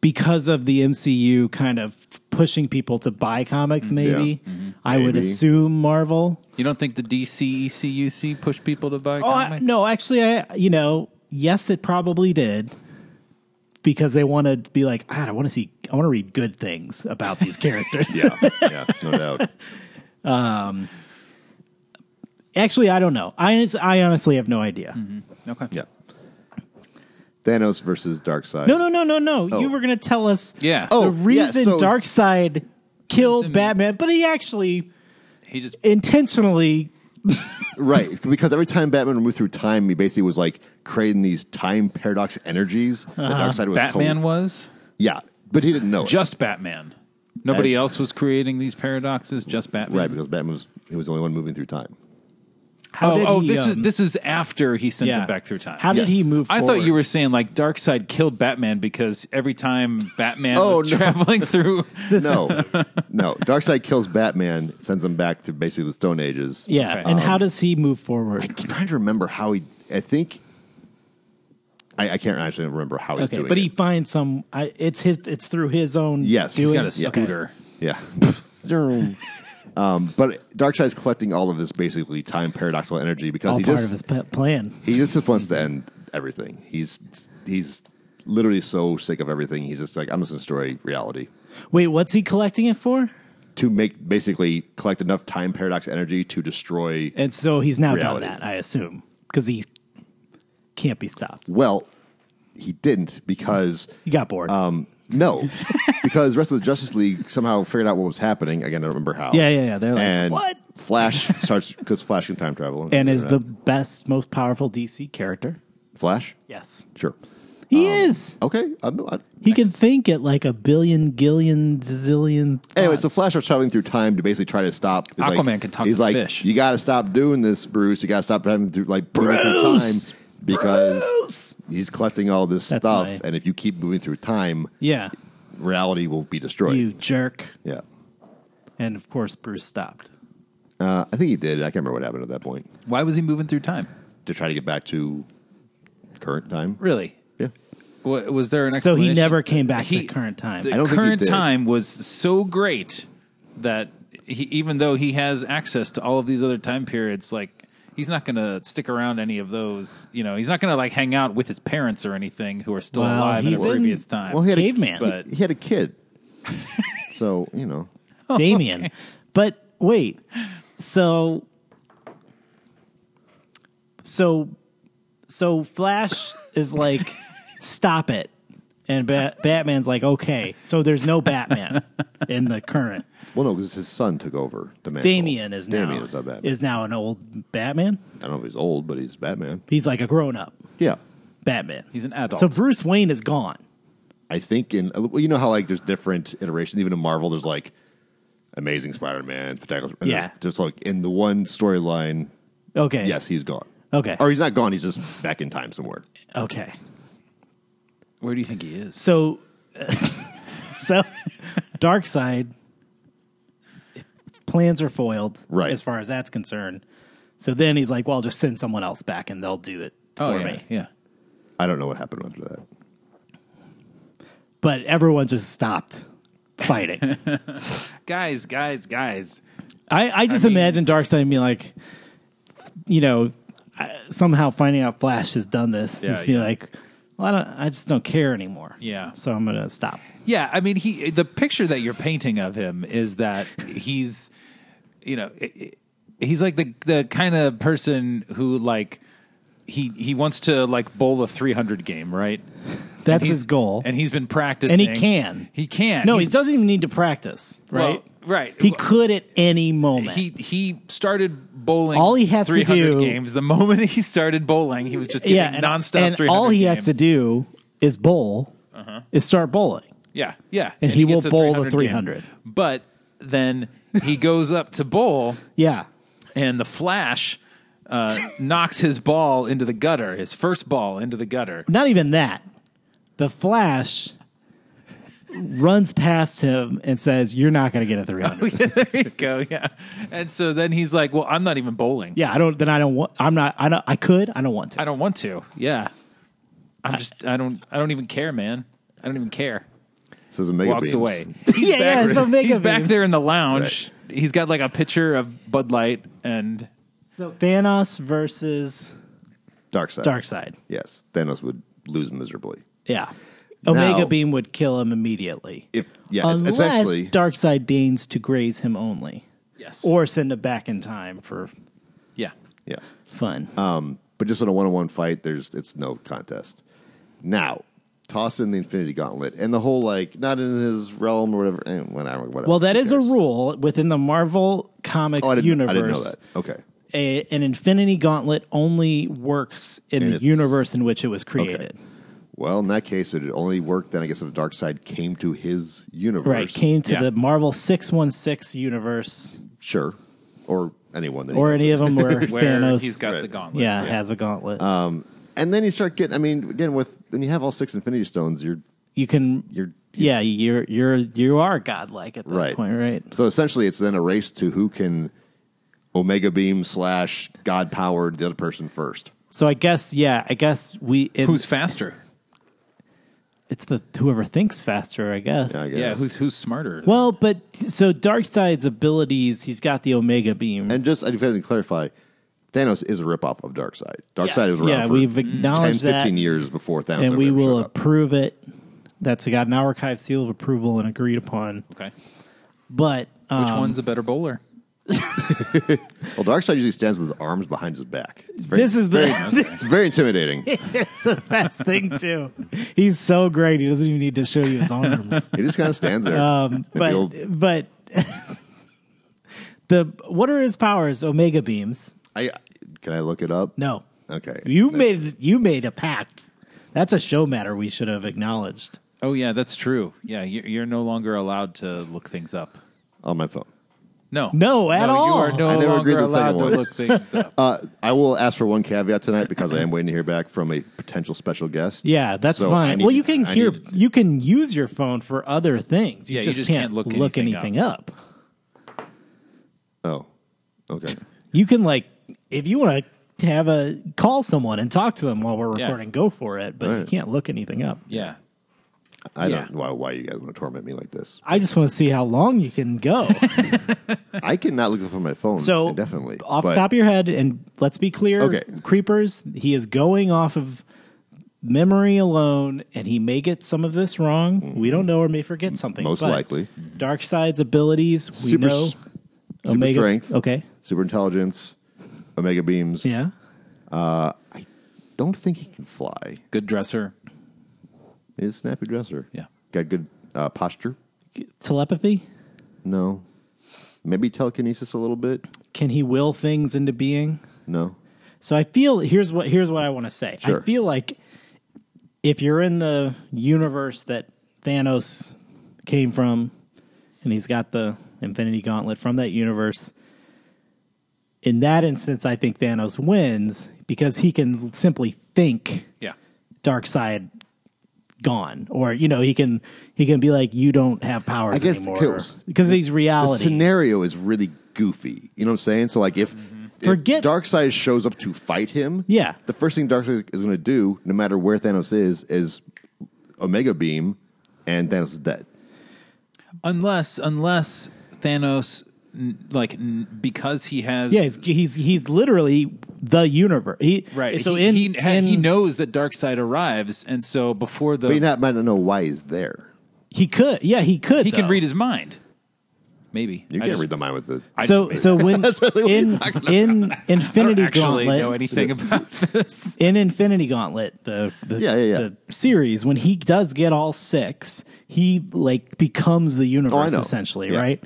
Speaker 2: because of the MCU kind of pushing people to buy comics. Maybe I
Speaker 1: Mm, Mm-hmm.
Speaker 2: would
Speaker 1: Maybe.
Speaker 2: assume Marvel.
Speaker 3: You don't think the E DC ECUC push people to buy
Speaker 2: Oh I,
Speaker 3: comics?
Speaker 2: no, actually, I you know yes, it probably did because they want to be like "God, I want to see I want to read good things about these characters.
Speaker 1: yeah, yeah, no doubt.
Speaker 2: Actually, I don't know. I honest- I honestly have no idea.
Speaker 1: Mm-hmm.
Speaker 3: Okay.
Speaker 1: Yeah, Thanos versus Darkseid.
Speaker 2: No, no, no, no, no.
Speaker 1: Oh.
Speaker 2: You were going to tell us
Speaker 3: Yeah.
Speaker 1: Oh,
Speaker 2: the
Speaker 1: yeah,
Speaker 2: reason
Speaker 1: so-
Speaker 2: Darkseid killed
Speaker 3: Isn't-
Speaker 2: Batman, but he actually
Speaker 3: He just
Speaker 2: intentionally
Speaker 1: right? Because every time Batman moved through time, he basically was like creating these time paradox energies. That
Speaker 2: Uh-huh.
Speaker 1: Darkseid was
Speaker 3: Batman
Speaker 1: co-
Speaker 3: was
Speaker 1: yeah, but he didn't know it.
Speaker 3: just Batman. Nobody
Speaker 1: As-
Speaker 3: else was creating these paradoxes. Just Batman.
Speaker 1: right because Batman was he was the only one moving through time.
Speaker 2: how
Speaker 3: oh,
Speaker 2: did
Speaker 3: oh,
Speaker 2: he,
Speaker 3: this
Speaker 2: um,
Speaker 3: is this is after he sends
Speaker 2: yeah.
Speaker 3: it back through time.
Speaker 2: How did
Speaker 1: Yes.
Speaker 2: he move?
Speaker 3: I
Speaker 2: forward?
Speaker 3: thought you were saying like Darkseid killed Batman because every time Batman
Speaker 1: Oh,
Speaker 3: was
Speaker 1: no.
Speaker 3: traveling through,
Speaker 1: No, no. Darkseid kills Batman, sends him back to basically the Stone Ages.
Speaker 2: Yeah,
Speaker 3: Okay.
Speaker 2: and how does he move forward?
Speaker 1: I'm trying to remember how he. I think. I, I can't actually remember how he's
Speaker 2: Okay,
Speaker 1: doing
Speaker 2: but
Speaker 1: it.
Speaker 2: he finds some. I, it's his. It's through his own.
Speaker 1: Yes. He's
Speaker 2: doing.
Speaker 3: he's got a
Speaker 2: Yeah.
Speaker 3: scooter.
Speaker 1: Yeah. Zoom. um, but Darkseid's collecting all of this basically time paradoxical energy because
Speaker 2: All
Speaker 1: he
Speaker 2: part
Speaker 1: just
Speaker 2: of his p- plan.
Speaker 1: he just wants to end everything. He's he's literally so sick of everything. He's just like I'm just gonna destroy reality
Speaker 2: Wait, what's he collecting it for?
Speaker 1: to make basically collect enough time paradox energy to destroy.
Speaker 2: And so he's now
Speaker 1: Reality.
Speaker 2: done that, I assume, because he can't be stopped.
Speaker 1: Well, he didn't because.
Speaker 2: He got bored.
Speaker 1: Um, no, because the rest of the Justice League somehow figured out what was happening. Again, I don't remember how.
Speaker 2: Yeah, yeah, yeah. They're like,
Speaker 1: and
Speaker 2: "What?"
Speaker 1: Flash starts because Flash can time travel.
Speaker 2: and is the best, most powerful DC character.
Speaker 1: Flash?
Speaker 2: Yes,
Speaker 1: Sure.
Speaker 2: he
Speaker 1: Um,
Speaker 2: is.
Speaker 1: Okay. I'm, I,
Speaker 2: He can think at like a billion, gillion, zillion.
Speaker 1: anyway, so
Speaker 2: thoughts.
Speaker 1: Flash starts traveling through time to basically try to stop. he's like-
Speaker 3: Aquaman can talk
Speaker 1: He's
Speaker 3: to
Speaker 1: like,
Speaker 3: fish.
Speaker 1: you got to stop doing this, Bruce. You got to stop having to like moving through
Speaker 2: Bruce!
Speaker 1: time because he's collecting all this
Speaker 2: That's
Speaker 1: stuff,
Speaker 2: my-
Speaker 1: and if you keep moving through time,
Speaker 2: Yeah,
Speaker 1: reality will be destroyed.
Speaker 2: you jerk.
Speaker 1: Yeah.
Speaker 2: And of course, Bruce stopped.
Speaker 1: Uh, I think he did. I can't remember what happened at that point.
Speaker 3: Why was he moving through time?
Speaker 1: To try to get back to current time.
Speaker 3: Really?
Speaker 1: Yeah.
Speaker 3: Wa- Was there an
Speaker 2: So he
Speaker 3: explanation?
Speaker 2: never came back
Speaker 3: He-
Speaker 2: to current time.
Speaker 3: The
Speaker 1: I don't think he
Speaker 3: current
Speaker 1: did.
Speaker 3: time was so great that he, even though he has access to all of these other time periods, like he's not going to stick around any of those. You know, he's not going to like hang out with his parents or anything who are still
Speaker 2: Well,
Speaker 3: alive in a
Speaker 2: he's in-
Speaker 3: previous time.
Speaker 1: Well, he had
Speaker 2: Caveman.
Speaker 1: A, he-
Speaker 3: But-
Speaker 1: he, had a kid. so you know,
Speaker 2: Damien. But wait, so so so Flash is like, stop it, and Ba- Batman's like, okay. So there's no Batman in the current.
Speaker 1: well, no, because his son took over the mantle.
Speaker 2: Damien is now
Speaker 1: Damien is not Batman.
Speaker 2: is now an old Batman.
Speaker 1: I don't know if he's old, but he's Batman.
Speaker 2: He's like a grown up
Speaker 1: Yeah,
Speaker 2: Batman.
Speaker 3: He's an adult.
Speaker 2: So Bruce Wayne is gone.
Speaker 1: I think in well, you know how like there's different iterations. Even in Marvel, there's like Amazing Spider-Man, spectacular. and
Speaker 2: Yeah.
Speaker 1: it's just like in the one storyline,
Speaker 2: Okay.
Speaker 1: yes, he's gone.
Speaker 2: Okay.
Speaker 1: or he's not gone. He's just back in time somewhere.
Speaker 2: Okay.
Speaker 3: Where do you think he is?
Speaker 2: So, so Dark Side plans are foiled,
Speaker 1: Right.
Speaker 2: As far as that's concerned. So then he's like, "Well, I'll just send someone else back, and they'll do it for
Speaker 3: Oh, yeah,
Speaker 2: me."
Speaker 3: yeah.
Speaker 1: I don't know what happened after that.
Speaker 2: But everyone just stopped fighting.
Speaker 3: Guys, guys, guys.
Speaker 2: I, I just
Speaker 3: mean-
Speaker 2: imagine Dark Side being like, you know, I- somehow finding out Flash has done this,
Speaker 3: Yeah,
Speaker 2: just be
Speaker 3: yeah.
Speaker 2: like, "Well, I don't, I just don't care anymore."
Speaker 3: Yeah.
Speaker 2: so I'm gonna stop.
Speaker 3: Yeah, I mean, he the picture that you're painting of him is that he's, you know, i- i- he's like the the kind of person who like he he wants to like bowl a 300 game, right?
Speaker 2: That's
Speaker 3: He's-
Speaker 2: his goal,
Speaker 3: and he's been practicing,
Speaker 2: can.
Speaker 3: he can.
Speaker 2: No, he
Speaker 3: He's-
Speaker 2: doesn't even need to practice,
Speaker 3: well,
Speaker 2: right?
Speaker 3: right.
Speaker 2: He could at any moment.
Speaker 3: he he started bowling.
Speaker 2: All he has to do-
Speaker 3: 300 games. The moment he started bowling, he was just getting
Speaker 2: and,
Speaker 3: nonstop.
Speaker 2: and
Speaker 3: 300
Speaker 2: all he has
Speaker 3: games. Uh-huh.
Speaker 2: to do is bowl, is start bowling.
Speaker 3: Yeah, yeah,
Speaker 2: And he will
Speaker 3: gets a
Speaker 2: bowl the
Speaker 3: 300 game.
Speaker 2: 300.
Speaker 3: But then he goes up to bowl,
Speaker 2: Yeah,
Speaker 3: and the Flash uh, knocks his ball into the gutter. His first ball into the gutter.
Speaker 2: not even that. The Flash runs past him and says, "You're not going to get a 300."
Speaker 3: there you go. Yeah, and so then he's like, "Well, I'm not even bowling.
Speaker 2: yeah, I don't. Then I don't want. I'm not. I don't. I could. I don't want to.
Speaker 3: I don't want to. Yeah, I'm just. I don't. I don't even care, man. I don't even care."
Speaker 1: This is a mega
Speaker 3: walks
Speaker 1: beams.
Speaker 3: away.
Speaker 2: yeah, yeah. So mega
Speaker 3: he's back
Speaker 2: memes.
Speaker 3: there in the lounge. He's got like a picture of Bud Light and
Speaker 2: So Thanos versus
Speaker 1: Dark side.
Speaker 2: Darkseid.
Speaker 1: Yes, Thanos would lose miserably.
Speaker 2: Yeah. Omega
Speaker 1: Now-
Speaker 2: Beam would kill him immediately.
Speaker 1: If yeah, it's
Speaker 2: Unless
Speaker 1: essentially
Speaker 2: Darkseid deigns to graze him only.
Speaker 3: yes,
Speaker 2: Or send him back in time for
Speaker 3: yeah,
Speaker 1: yeah.
Speaker 2: fun.
Speaker 1: Um, but just in a one-on-one fight, there's it's no contest. Now, toss in the Infinity Gauntlet and the whole like not in his realm or whatever. eh, whatever, whatever
Speaker 2: well, that
Speaker 1: who
Speaker 2: is a
Speaker 1: cares?
Speaker 2: rule within the Marvel Comics
Speaker 1: Oh, I didn't,
Speaker 2: universe.
Speaker 1: I didn't know that. Okay,
Speaker 2: A, an Infinity Gauntlet only works in
Speaker 1: And
Speaker 2: the
Speaker 1: it's-
Speaker 2: universe in which it was created.
Speaker 1: Well, in that case, it only worked then. I guess if the dark side came to his universe,
Speaker 2: Right. Came to
Speaker 3: Yeah.
Speaker 2: the Marvel 616 universe
Speaker 1: sure, or anyone that he
Speaker 2: or
Speaker 1: wants.
Speaker 2: any of them where,
Speaker 3: where
Speaker 2: Thanos
Speaker 3: he's got the
Speaker 1: Right.
Speaker 3: gauntlet.
Speaker 2: yeah, has a gauntlet.
Speaker 1: Uh, And then you start getting. I mean, again, with when you have all six Infinity Stones, you're
Speaker 2: you can
Speaker 1: you're
Speaker 2: yeah, you're you're you are godlike at that
Speaker 1: Right.
Speaker 2: point, right?
Speaker 1: So essentially, it's then a race to who can Omega Beam slash God powered the other person first.
Speaker 2: So I guess yeah, I guess we it,
Speaker 3: Who's faster?
Speaker 2: it's the whoever thinks faster, I guess.
Speaker 1: I guess.
Speaker 3: Yeah, who's who's smarter?
Speaker 2: Well, but so Darkseid's abilities, he's got the Omega Beam.
Speaker 1: And just I just have to clarify, Thanos is a ripoff of Darkseid. Darkseid
Speaker 3: Yes.
Speaker 1: is around
Speaker 2: yeah,
Speaker 1: for
Speaker 2: we've
Speaker 1: 10,
Speaker 2: acknowledged
Speaker 1: 15
Speaker 2: that,
Speaker 1: years before Thanos.
Speaker 2: and
Speaker 1: ever
Speaker 2: we will
Speaker 1: showed up.
Speaker 2: approve it. That's got an archive seal of approval and agreed upon.
Speaker 3: okay,
Speaker 2: But um,
Speaker 3: which one's a better bowler?
Speaker 1: Well, Darkseid usually stands with his arms behind his back. It's very,
Speaker 2: this is the
Speaker 1: it's very intimidating. he
Speaker 2: it's the best thing too. He's so great; he doesn't even need to show you his arms.
Speaker 1: just kind of stands there.
Speaker 2: Um,
Speaker 1: Like the
Speaker 2: but
Speaker 1: old-
Speaker 2: but the what are his powers? Omega beams?
Speaker 1: I can I look it up?
Speaker 2: No,
Speaker 1: Okay.
Speaker 2: you made you made a pact. That's a show matter we should have acknowledged.
Speaker 3: Oh yeah, that's true. Yeah, you're, you're no longer allowed to look things up.
Speaker 1: on my phone.
Speaker 3: No,
Speaker 2: No, at all.
Speaker 3: You are no
Speaker 1: I never
Speaker 3: longer
Speaker 1: agreed to the second
Speaker 3: allowed to
Speaker 1: one.
Speaker 3: look things up.
Speaker 1: Uh, I will ask for one caveat tonight because I am waiting to hear back from a potential special guest.
Speaker 2: Yeah, that's
Speaker 1: So I
Speaker 2: fine.
Speaker 1: need
Speaker 2: well,
Speaker 1: to-
Speaker 2: you can
Speaker 1: I
Speaker 2: hear
Speaker 1: need to-
Speaker 2: you can use your phone for other things. You,
Speaker 3: Yeah, you
Speaker 2: just,
Speaker 3: just
Speaker 2: can't,
Speaker 3: can't
Speaker 2: look,
Speaker 3: look
Speaker 2: anything,
Speaker 3: anything
Speaker 2: up.
Speaker 1: Oh, okay.
Speaker 2: You can like if you want to have a call someone and talk to them while we're
Speaker 3: Yeah.
Speaker 2: recording, go for it. But you
Speaker 1: Right.
Speaker 2: can't look anything up.
Speaker 3: Yeah,
Speaker 1: I
Speaker 3: Yeah.
Speaker 1: don't know why, why you guys want to torment me like this.
Speaker 2: I just want to see how long you can go.
Speaker 1: I cannot look up on my phone.
Speaker 2: So
Speaker 1: definitely
Speaker 2: off the top of your head, and let's be clear,
Speaker 1: Okay.
Speaker 2: creepers. He is going off of memory alone, and he may get some of this wrong. We don't know, or may forget something.
Speaker 1: Mm-hmm. most
Speaker 2: but
Speaker 1: likely.
Speaker 2: Darkseid's abilities. We
Speaker 1: Super
Speaker 2: know
Speaker 1: s- super strength.
Speaker 2: Okay,
Speaker 1: super intelligence, omega beams.
Speaker 2: yeah.
Speaker 1: don't think he can fly.
Speaker 3: good dresser.
Speaker 1: He's a snappy dresser.
Speaker 3: Yeah.
Speaker 1: got good uh, posture.
Speaker 2: Telepathy.
Speaker 1: No, maybe telekinesis a little bit.
Speaker 2: Can he will things into being?
Speaker 1: No,
Speaker 2: So I feel here's what here's what I want to say.
Speaker 1: Sure.
Speaker 2: I feel like if you're in the universe that Thanos came from and he's got the Infinity Gauntlet from that universe. In that instance, I think Thanos wins because he can simply think
Speaker 3: Yeah.
Speaker 2: dark side gone or you know he can he can be like you don't have powers
Speaker 1: I guess the
Speaker 2: anymore
Speaker 1: kills-
Speaker 2: because he's reality
Speaker 1: The scenario is really goofy. You know what I'm saying? So like if, if
Speaker 2: Forget-
Speaker 1: Darkseid shows up to fight him,
Speaker 2: Yeah.
Speaker 1: the first thing Darkseid is going to do, no matter where Thanos is, is Omega Beam, and Thanos is dead.
Speaker 3: Unless unless Thanos n- like n- because he has
Speaker 2: yeah he's, he's he's literally the universe he,
Speaker 3: right.
Speaker 2: so
Speaker 3: he,
Speaker 2: in,
Speaker 3: he, ha-
Speaker 2: in-
Speaker 3: he knows that Darkseid arrives, and so before the
Speaker 1: But you not, might not know why he's there.
Speaker 2: he could yeah he could
Speaker 3: he can
Speaker 2: though.
Speaker 3: read his mind. Maybe
Speaker 1: You
Speaker 3: I
Speaker 1: can't
Speaker 3: just-
Speaker 1: read the mind with the.
Speaker 2: so so when
Speaker 1: what you're
Speaker 2: in in
Speaker 3: I don't
Speaker 2: infinity
Speaker 3: actually
Speaker 2: gauntlet
Speaker 3: know anything about this.
Speaker 2: in Infinity Gauntlet, the the,
Speaker 1: Yeah, yeah, yeah.
Speaker 2: the series, when he does get all six, he like becomes the universe
Speaker 1: Oh, know.
Speaker 2: essentially,
Speaker 1: Yeah.
Speaker 2: right?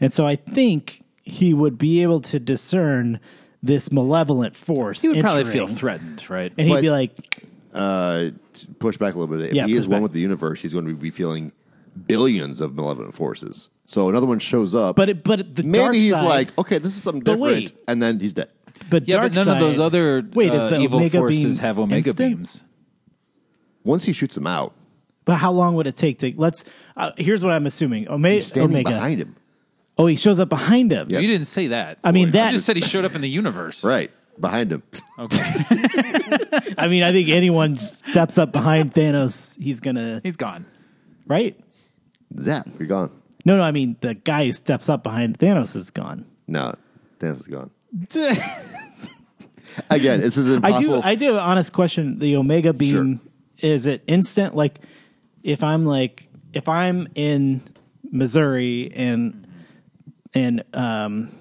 Speaker 2: And so I think he would be able to discern this malevolent force.
Speaker 3: He would probably
Speaker 2: entering,
Speaker 3: feel threatened, right?
Speaker 2: and he'd be
Speaker 1: But-
Speaker 2: like,
Speaker 1: uh, to push back a little bit. If
Speaker 2: Yeah,
Speaker 1: he
Speaker 2: push
Speaker 1: is one
Speaker 2: back.
Speaker 1: with the universe, he's going to be feeling billions of malevolent forces. So another one shows up.
Speaker 2: but it, but the dark
Speaker 1: maybe he's
Speaker 2: side,
Speaker 1: like, okay, this is something
Speaker 2: But
Speaker 1: different,
Speaker 2: wait.
Speaker 1: and then he's dead.
Speaker 2: but
Speaker 3: yeah,
Speaker 2: dark
Speaker 3: but none of those
Speaker 2: side-
Speaker 3: other
Speaker 2: wait, is
Speaker 3: uh,
Speaker 2: the
Speaker 3: evil
Speaker 2: Omega
Speaker 3: forces
Speaker 2: beam
Speaker 3: have omega
Speaker 2: instant?
Speaker 3: beams.
Speaker 1: Once he shoots him out,
Speaker 2: But how long would it take to let's? Uh, here's what I'm assuming. Ome-
Speaker 1: he's standing
Speaker 2: Omega.
Speaker 1: behind him,
Speaker 2: Oh, he shows up behind him.
Speaker 1: Yeah.
Speaker 3: You didn't say that.
Speaker 2: I mean,
Speaker 3: You
Speaker 2: that-
Speaker 3: just said he showed up in the universe.
Speaker 1: right behind him.
Speaker 3: Okay.
Speaker 2: I mean, I think anyone steps up behind Thanos, he's gonna
Speaker 3: He's gone.
Speaker 2: right.
Speaker 1: Zap, you're gone.
Speaker 2: No, no, I mean the guy who steps up behind Thanos is gone.
Speaker 1: No, Thanos is gone.
Speaker 2: I
Speaker 1: Again, this is impossible.
Speaker 2: do, I do have an honest question. The Omega Beam is it instant? Like, if I'm like, if I'm in Missouri and and um,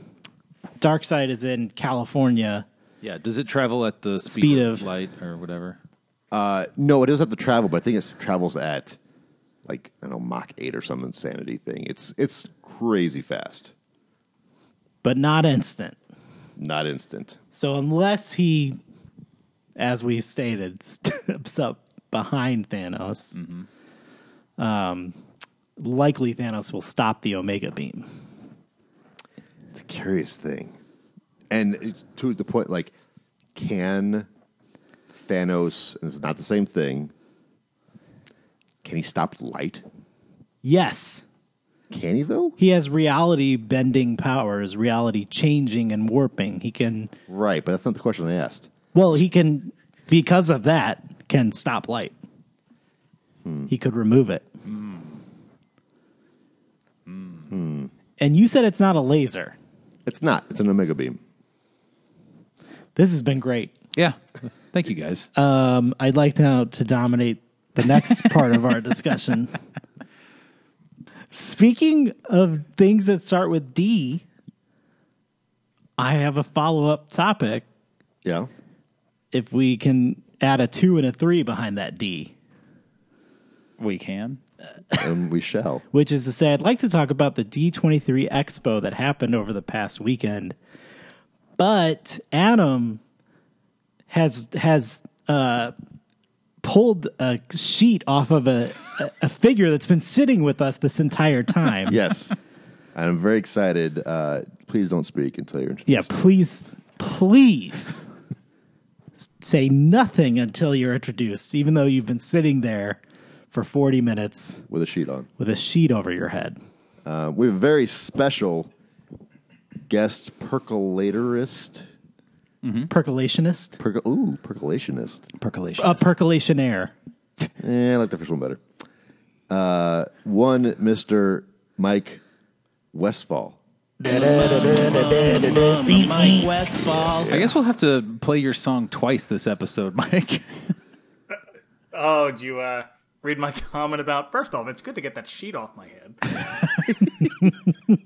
Speaker 2: Darkseid is in California,
Speaker 3: Yeah. Does it travel at the speed,
Speaker 2: Speed
Speaker 3: of,
Speaker 2: of-
Speaker 3: light or whatever?
Speaker 1: no, it does have to travel, but I think it travels at like I don't know Mach eight or some insanity thing. It's it's crazy fast,
Speaker 2: but not instant.
Speaker 1: not instant.
Speaker 2: So unless he, as we stated, steps up behind Thanos, um, likely Thanos will stop the Omega Beam.
Speaker 1: the curious thing, and it's to the point, like, can Thanos? And it's not the same thing. Can he stop light?
Speaker 2: Yes.
Speaker 1: Can he though?
Speaker 2: He has reality bending powers, reality changing and warping. He can,
Speaker 1: Right, but that's not the question I asked.
Speaker 2: well, he can, because of that, can stop light. He could remove it. And you said it's not a laser.
Speaker 1: It's not. It's an omega beam.
Speaker 2: This has been great.
Speaker 3: Yeah. Thank you guys.
Speaker 2: Um, I'd like now to dominate the next part of our discussion. Speaking of things that start with D, I have a follow up topic.
Speaker 1: Yeah.
Speaker 2: If we can add a two and a three behind that D,
Speaker 3: we can.
Speaker 1: and we shall.
Speaker 2: which is to say, I'd like to talk about the D23 Expo that happened over the past weekend. But Adam has has uh, pulled a sheet off of a, a, a figure that's been sitting with us this entire time.
Speaker 1: Yes. I'm very excited. Uh, please don't speak until you're introduced.
Speaker 2: Yeah, please, please say nothing until you're introduced, even though you've been sitting there for 40 minutes
Speaker 1: With a sheet on.
Speaker 2: with a sheet over your head.
Speaker 1: Uh, we have a very special guest percolatorist.
Speaker 2: Percolationist?
Speaker 1: Perco- ooh, percolationist.
Speaker 3: Percolation.
Speaker 2: A percolationaire.
Speaker 1: Eh, I like the first one better. Uh, one, Mr. Mike Westfall.
Speaker 2: Mike Westfall.
Speaker 3: I guess we'll have to play your song twice this episode, Mike.
Speaker 6: Oh, do you uh, read my comment about? First off, it's good to get that sheet off my head. you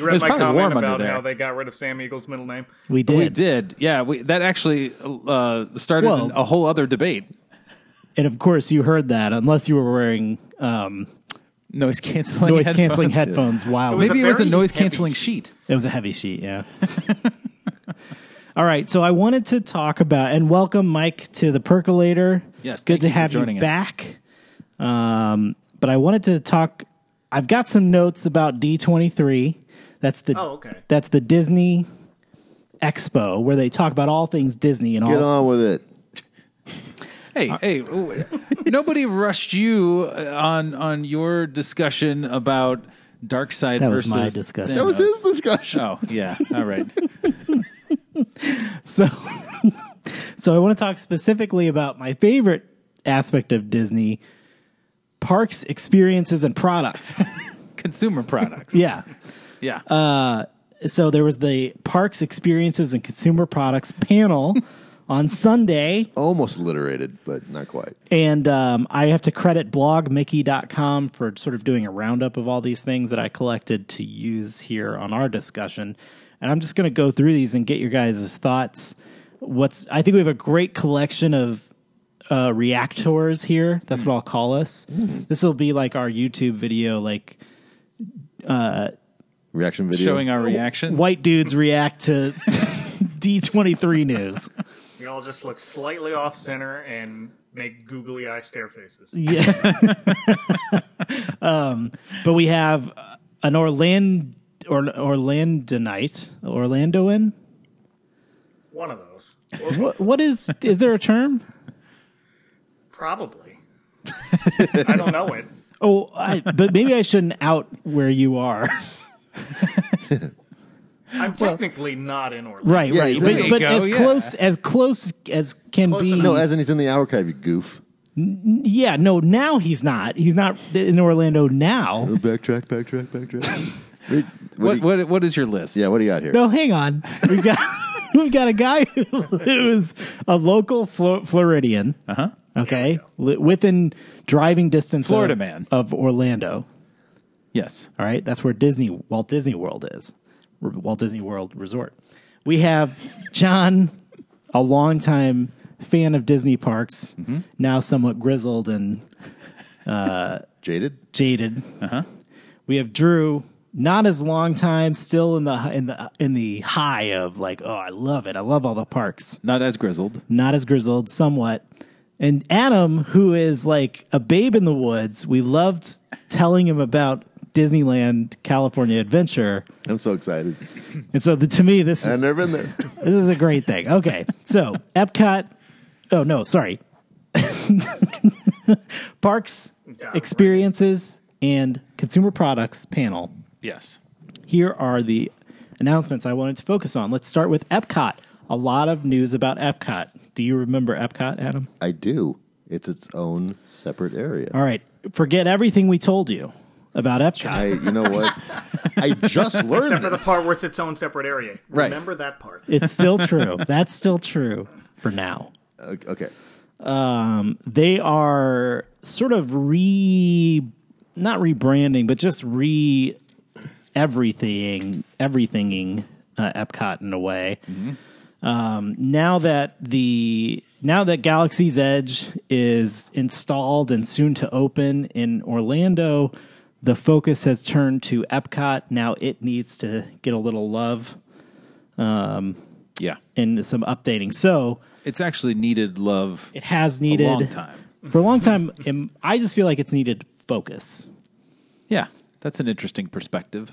Speaker 6: read
Speaker 3: was
Speaker 6: my
Speaker 3: probably warm
Speaker 6: comment
Speaker 3: under
Speaker 6: about
Speaker 3: there.
Speaker 6: how they got rid of Sam Eagle's middle name.
Speaker 2: We did.
Speaker 3: We did. Yeah. We, that actually uh, started
Speaker 2: Well-
Speaker 3: a whole other debate.
Speaker 2: And of course, you heard that unless you were wearing um,
Speaker 3: Noise canceling.
Speaker 2: noise canceling headphones. Wow.
Speaker 6: was
Speaker 3: Maybe it was a
Speaker 6: very
Speaker 3: noise
Speaker 6: heavy
Speaker 3: canceling sheet.
Speaker 2: It was a heavy sheet, yeah. All right, so I wanted to talk about and welcome Mike to the percolator.
Speaker 3: Yes,
Speaker 2: good
Speaker 3: thank
Speaker 2: to
Speaker 3: you for
Speaker 2: have you
Speaker 3: joining us.
Speaker 2: back. Um, but I wanted to talk. I've got some notes about D23. That's the
Speaker 6: Oh, okay.
Speaker 2: That's the Disney Expo where they talk about all things Disney and all.
Speaker 1: Get on with it.
Speaker 3: Hey,
Speaker 2: Uh,
Speaker 3: hey! ooh, nobody rushed you uh, on on your discussion about Dark Side
Speaker 2: That was
Speaker 3: versus.
Speaker 2: my discussion.
Speaker 1: That was his discussion.
Speaker 3: Oh yeah, all right.
Speaker 2: So, so I want to talk specifically about my favorite aspect of Disney: parks, experiences, and products.
Speaker 3: Consumer products.
Speaker 2: yeah.
Speaker 3: yeah. Uh,
Speaker 2: So there was the parks, experiences, and consumer products panel on Sunday.
Speaker 1: Almost alliterated, but not quite.
Speaker 2: And um, I have to credit blogmickey.com for sort of doing a roundup of all these things that I collected to use here on our discussion. And I'm just going to go through these and get your guys' thoughts. What's I think we have a great collection of uh, reactors here. That's what I'll call us. This will be like our YouTube video, like
Speaker 1: Reaction video.
Speaker 3: Showing our reaction.
Speaker 2: white dudes react to D23 news.
Speaker 6: You all just look slightly off center and make googly eye stare faces.
Speaker 2: Yeah. um, but we have uh, an Orland or Orlandonite, Orlandoan.
Speaker 6: One of those.
Speaker 2: What, what is is there a term?
Speaker 6: Probably. I don't know it.
Speaker 2: Oh, I, but maybe I shouldn't out where you are.
Speaker 6: I'm technically not in Orlando.
Speaker 2: right,
Speaker 1: Yeah,
Speaker 2: right.
Speaker 1: there
Speaker 2: But,
Speaker 1: you
Speaker 2: but
Speaker 3: go,
Speaker 2: as
Speaker 3: yeah.
Speaker 2: close as close as can
Speaker 6: Close
Speaker 2: be.
Speaker 6: enough.
Speaker 1: No, as in he's in the archive, you goof.
Speaker 2: yeah, no. Now he's not. He's not in Orlando now.
Speaker 1: Backtrack, backtrack, backtrack. what, do
Speaker 3: what,
Speaker 1: you-
Speaker 3: what what is your list?
Speaker 1: yeah, what do you got here?
Speaker 2: No, Oh, hang on. We've got we've got a guy who who's a local Flo- Floridian. Uh
Speaker 3: Uh-huh.
Speaker 2: huh. Okay, Li- within driving distance,
Speaker 3: Florida
Speaker 2: of,
Speaker 3: man.
Speaker 2: of Orlando.
Speaker 3: Yes.
Speaker 2: All right, that's where Disney Walt Disney World is, R- Walt Disney World Resort. We have John, a longtime fan of Disney parks, now somewhat grizzled and
Speaker 1: Jaded?
Speaker 2: jaded. We have Drew, not as long time, still in the in the in the high of like, oh, I love it. I love all the parks.
Speaker 3: Not as grizzled.
Speaker 2: Not as grizzled, somewhat. And Adam, who is like a babe in the woods, we loved telling him about Disneyland California Adventure.
Speaker 1: I'm so excited.
Speaker 2: And so the, to me, this
Speaker 1: I've
Speaker 2: is
Speaker 1: never been there.
Speaker 2: this is a great thing. Okay, so Epcot. Oh no, sorry. Parks,
Speaker 6: right.
Speaker 2: experiences, and consumer products panel
Speaker 3: Yes.
Speaker 2: here are the announcements I wanted to focus on. Let's start with Epcot. A lot of news about Epcot. Do you remember Epcot, Adam?
Speaker 1: I do. It's its own separate area.
Speaker 2: All right. Forget everything we told you about
Speaker 1: I,
Speaker 2: Epcot.
Speaker 1: you know what? I just learned
Speaker 6: Except for the
Speaker 1: this.
Speaker 6: part where it's its own separate area.
Speaker 3: Right.
Speaker 6: Remember that part.
Speaker 2: It's still true. That's still true for now.
Speaker 1: O- Okay.
Speaker 2: Um, they are sort of re, not rebranding, but just re everything, everythinging uh, Epcot in a way.
Speaker 3: Mm-hmm.
Speaker 2: Um, now that the now that Galaxy's Edge is installed and soon to open in Orlando, the focus has turned to Epcot. Now it needs to get a little love
Speaker 3: Yeah.
Speaker 2: and some updating. So
Speaker 3: It's actually needed love
Speaker 2: it has needed
Speaker 3: a long time.
Speaker 2: for a long time im- i just feel like it's needed focus
Speaker 3: Yeah. That's an interesting perspective.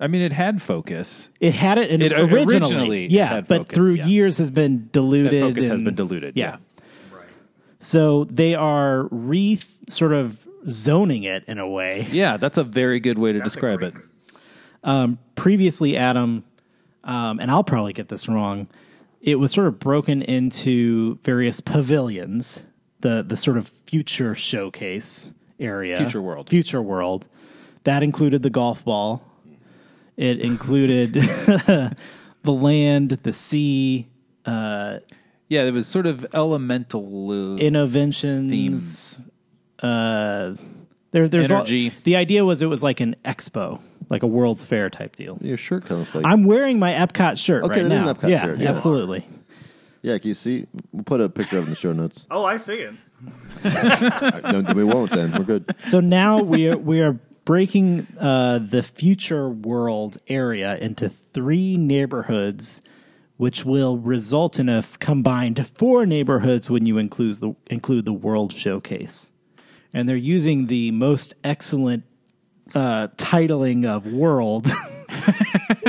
Speaker 3: I mean, it had focus.
Speaker 2: it had it, in-
Speaker 3: It-
Speaker 2: originally,
Speaker 3: originally it
Speaker 2: yeah
Speaker 3: had
Speaker 2: but
Speaker 3: focus,
Speaker 2: through
Speaker 3: yeah.
Speaker 2: years has been diluted
Speaker 3: That focus has
Speaker 2: and-
Speaker 3: been diluted.
Speaker 2: yeah.
Speaker 6: Right.
Speaker 2: so they are re sort of zoning it in a way
Speaker 3: yeah. Yeah, That's a very good way to
Speaker 6: That's a
Speaker 3: describe
Speaker 6: great-
Speaker 3: it.
Speaker 2: previously adam um, and i'll probably get this wrong it was sort of broken into various pavilions the the sort of future showcase area
Speaker 3: Future world.
Speaker 2: future world that included the golf ball it included the land the sea
Speaker 3: Yeah, it was sort of elemental. uh,
Speaker 2: innovations
Speaker 3: Themes.
Speaker 2: uh there, there's all-
Speaker 3: Energy.
Speaker 2: the idea was it was like an expo like a world's fair type deal
Speaker 1: Your shirt kind of like.
Speaker 2: i'm wearing my epcot shirt
Speaker 1: Okay,
Speaker 2: right
Speaker 1: that is
Speaker 2: now
Speaker 1: an Epcot
Speaker 2: yeah
Speaker 1: shirt, yeah.
Speaker 2: absolutely
Speaker 1: yeah, can you see? We'll put a picture of it in the show notes.
Speaker 6: Oh, I see it.
Speaker 1: Uh, no, then we won't then. We're good.
Speaker 2: so now we are, we are breaking uh, the future world area into three neighborhoods, which will result in a f- combined four neighborhoods when you include the include the world showcase. and they're using the most excellent uh, titling of world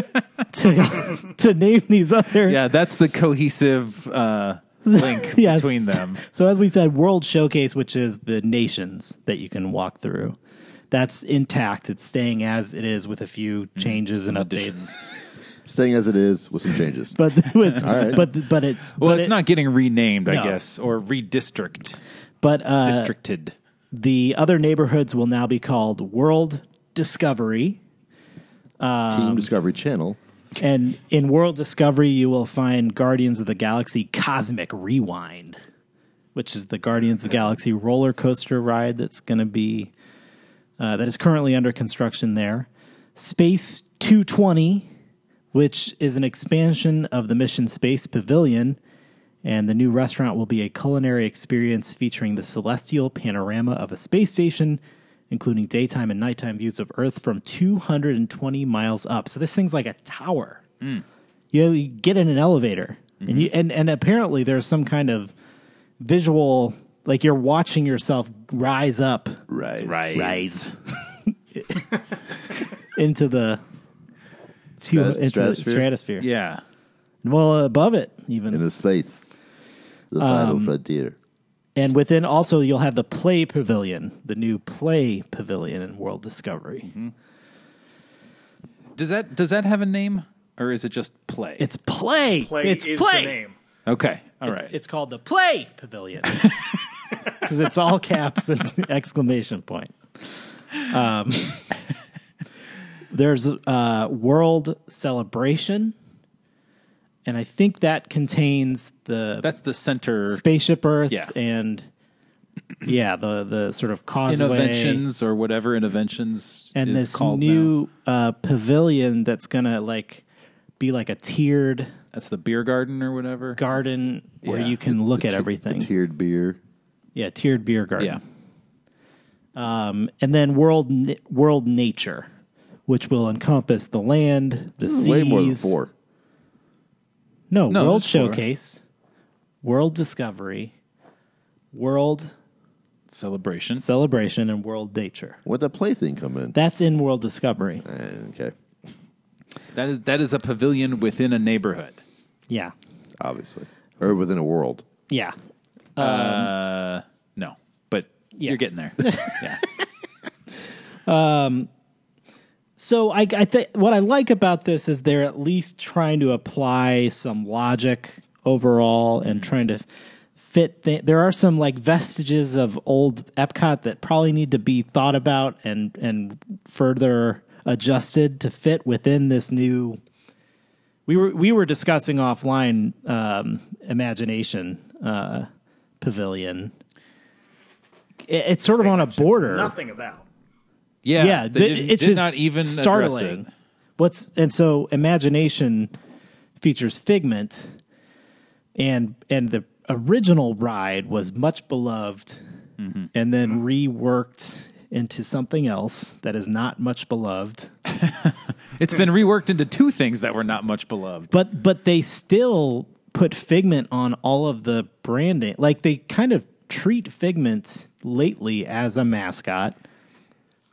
Speaker 2: to to name these other
Speaker 3: Yeah, that's the cohesive uh, link
Speaker 2: Yes.
Speaker 3: between them.
Speaker 2: So as we said, World Showcase, which is the nations that you can walk through, that's intact. It's staying as it is with a
Speaker 3: Mm,
Speaker 2: few changes and updates.
Speaker 1: Staying as it is with some changes.
Speaker 2: But with,
Speaker 1: right.
Speaker 2: but but it's
Speaker 3: Well,
Speaker 2: but
Speaker 3: it's
Speaker 2: it-
Speaker 3: not getting renamed,
Speaker 2: No.
Speaker 3: I guess, or redistrict,
Speaker 2: But uh,
Speaker 3: districted.
Speaker 2: the other neighborhoods will now be called World Discovery. um,
Speaker 1: Team Discovery Channel.
Speaker 2: And in World Discovery, you will find Guardians of the Galaxy Cosmic Rewind, which is the Guardians of the Galaxy roller coaster ride that's going to be, uh, that is currently under construction there. Space 220, which is an expansion of the Mission Space Pavilion. And the new restaurant will be a culinary experience featuring the celestial panorama of a space station, including daytime and nighttime views of Earth from 220 miles up. So this thing's like a tower.
Speaker 1: Hmm.
Speaker 2: You, you get in an elevator, and
Speaker 1: Mm-hmm.
Speaker 2: you and, and apparently there's some kind of visual, like you're watching yourself rise up,
Speaker 1: Right.
Speaker 2: rise into the. to-
Speaker 1: Strat-
Speaker 2: into the
Speaker 1: stratosphere?
Speaker 2: stratosphere.
Speaker 3: Yeah.
Speaker 2: Well, above it, even.
Speaker 1: In the space. The
Speaker 2: Um,
Speaker 1: final frontier.
Speaker 2: And within also, you'll have the Play Pavilion, the new Play Pavilion in World Discovery.
Speaker 6: Mm-hmm.
Speaker 3: Does that does that have a name, or is it just play?
Speaker 2: It's Play.
Speaker 6: Play
Speaker 2: it's
Speaker 6: is
Speaker 2: Play.
Speaker 6: the name.
Speaker 3: okay. All right.
Speaker 2: It's called the Play Pavilion because it's all caps and exclamation point. Um, there's uh, World Celebration, and I think that contains the
Speaker 3: That's the center
Speaker 2: Spaceship Earth
Speaker 3: Yeah.
Speaker 2: and yeah, the the sort of causeway.
Speaker 3: inventions or whatever inventions
Speaker 2: and
Speaker 3: is
Speaker 2: this
Speaker 3: called now.
Speaker 2: new uh, pavilion that's gonna like be like a tiered
Speaker 3: That's the beer garden or whatever.
Speaker 2: garden where
Speaker 3: Yeah.
Speaker 2: you can look at
Speaker 1: Ti-
Speaker 2: everything.
Speaker 1: The tiered beer.
Speaker 2: yeah, tiered beer
Speaker 3: yeah.
Speaker 2: garden. Um, and then world N- world nature, which will encompass the land, the
Speaker 1: This
Speaker 2: seas.
Speaker 1: is way more than four.
Speaker 2: No,
Speaker 3: No,
Speaker 2: world
Speaker 3: there's four.
Speaker 2: showcase, world discovery, world
Speaker 3: Celebration.
Speaker 2: celebration, and world nature.
Speaker 1: Where'd that play thing come in?
Speaker 2: That's in world discovery.
Speaker 1: Uh, okay.
Speaker 3: That is that is a pavilion within a neighborhood.
Speaker 2: Yeah,
Speaker 1: Obviously. Or within a world.
Speaker 2: yeah.
Speaker 3: Uh, no, but
Speaker 2: Yeah.
Speaker 3: you're getting there. yeah.
Speaker 2: So I, I think what I like about this is they're at least trying to apply some logic overall and trying to fit. Th- there are some like vestiges of old Epcot that probably need to be thought about and and further adjusted to fit within this new. We were we were discussing offline um, imagination uh, pavilion. It, it's sort of on a border
Speaker 6: Nothing about.
Speaker 3: Yeah.
Speaker 2: yeah,
Speaker 3: they
Speaker 2: th-
Speaker 3: did,
Speaker 2: it's
Speaker 3: did
Speaker 2: just
Speaker 3: not even address
Speaker 2: startling.
Speaker 3: it.
Speaker 2: What's and so imagination features Figment, and and the original ride was much beloved,
Speaker 3: Mm-hmm.
Speaker 2: and then reworked into something else that is not much beloved.
Speaker 3: It's been reworked into two things that were not much beloved.
Speaker 2: But but they still put Figment on all of the branding. Like they kind of treat Figment lately as a mascot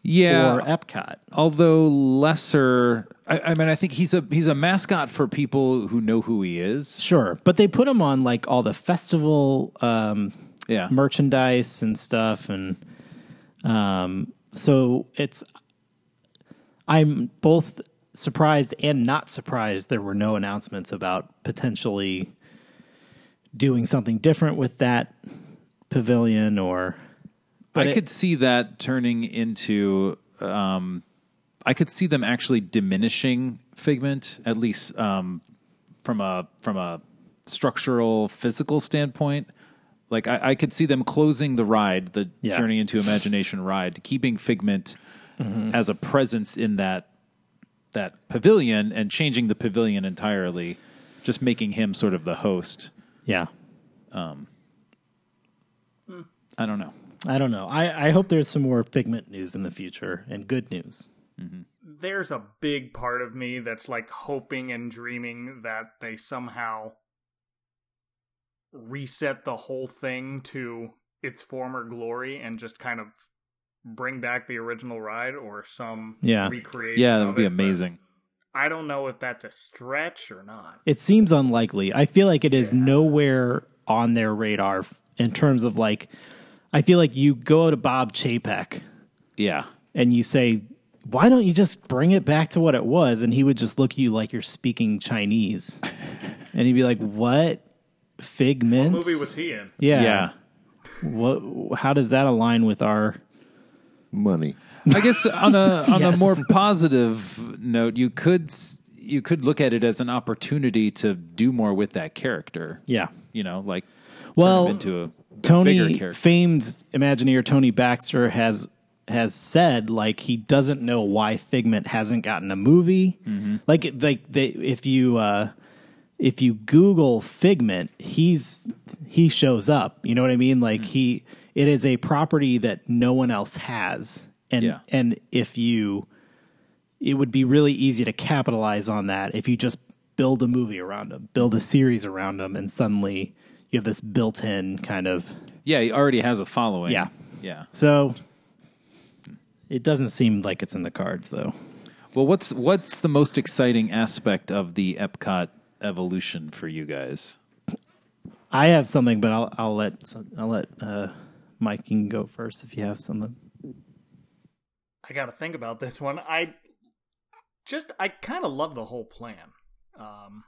Speaker 3: Yeah.
Speaker 2: or Epcot.
Speaker 3: although lesser, I, I mean, I think he's a he's a mascot for people who know who he is.
Speaker 2: Sure, but they put him on like all the festival um,
Speaker 3: Yeah.
Speaker 2: merchandise and stuff, and um, so it's. I'm both surprised and not surprised there were no announcements about potentially doing something different with that pavilion or.
Speaker 3: I
Speaker 2: it-
Speaker 3: could see that turning into. Um, I could see them actually diminishing Figment, at least um, from a from a structural physical standpoint. Like I, I could see them closing the ride, the
Speaker 2: Yeah.
Speaker 3: Journey into Imagination ride, keeping Figment
Speaker 2: Mm-hmm.
Speaker 3: as a presence in that that pavilion and changing the pavilion entirely, just making him sort of the host.
Speaker 2: Yeah,
Speaker 3: I don't know.
Speaker 2: I don't know. I, I hope there's some more Figment news in the future and good news.
Speaker 6: There's a big part of me that's like hoping and dreaming that they somehow reset the whole thing to its former glory and just kind of bring back the original ride or some
Speaker 2: Yeah.
Speaker 6: recreation.
Speaker 3: Yeah, that
Speaker 6: of
Speaker 3: would be
Speaker 6: it, but
Speaker 3: amazing.
Speaker 6: I don't know if that's a stretch or not.
Speaker 2: It seems unlikely. I feel like it is nowhere on their radar f- in terms of like. I feel like you go to Bob Chapek
Speaker 3: Yeah.
Speaker 2: and you say, "Why don't you just bring it back to what it was?" And he would just look at you like you're speaking Chinese, and he'd be like, "What figments?
Speaker 6: What movie was he in?
Speaker 2: Yeah.
Speaker 3: Yeah.
Speaker 2: What? How does that align with our?
Speaker 1: Money.
Speaker 3: I guess on a on a
Speaker 2: Yes.
Speaker 3: more positive note, you could s- you could look at it as an opportunity to do more with that character.
Speaker 2: Yeah.
Speaker 3: You know, like
Speaker 2: Well,
Speaker 3: turn him into a bigger
Speaker 2: Tony,
Speaker 3: character.
Speaker 2: famed Imagineer Tony Baxter has has said like he doesn't know why Figment hasn't gotten a movie.
Speaker 3: Mm-hmm.
Speaker 2: Like like they if you uh if you Google Figment, he's he shows up. You know what I mean? Like
Speaker 3: Mm.
Speaker 2: he it is a property that no one else has. And
Speaker 3: Yeah.
Speaker 2: and if you it would be really easy to capitalize on that if you just build a movie around them, build a series around them, and suddenly you have this built-in kind of
Speaker 3: yeah, he already has a following.
Speaker 2: Yeah.
Speaker 3: Yeah.
Speaker 2: so. It doesn't seem like it's in the cards, though.
Speaker 3: Well, what's what's the most exciting aspect of the Epcot evolution for you guys?
Speaker 2: I have something, but I'll I'll let I'll let uh, Mike you can go first if you have something.
Speaker 6: I got to think about this one. I just I kind of love the whole plan. Um,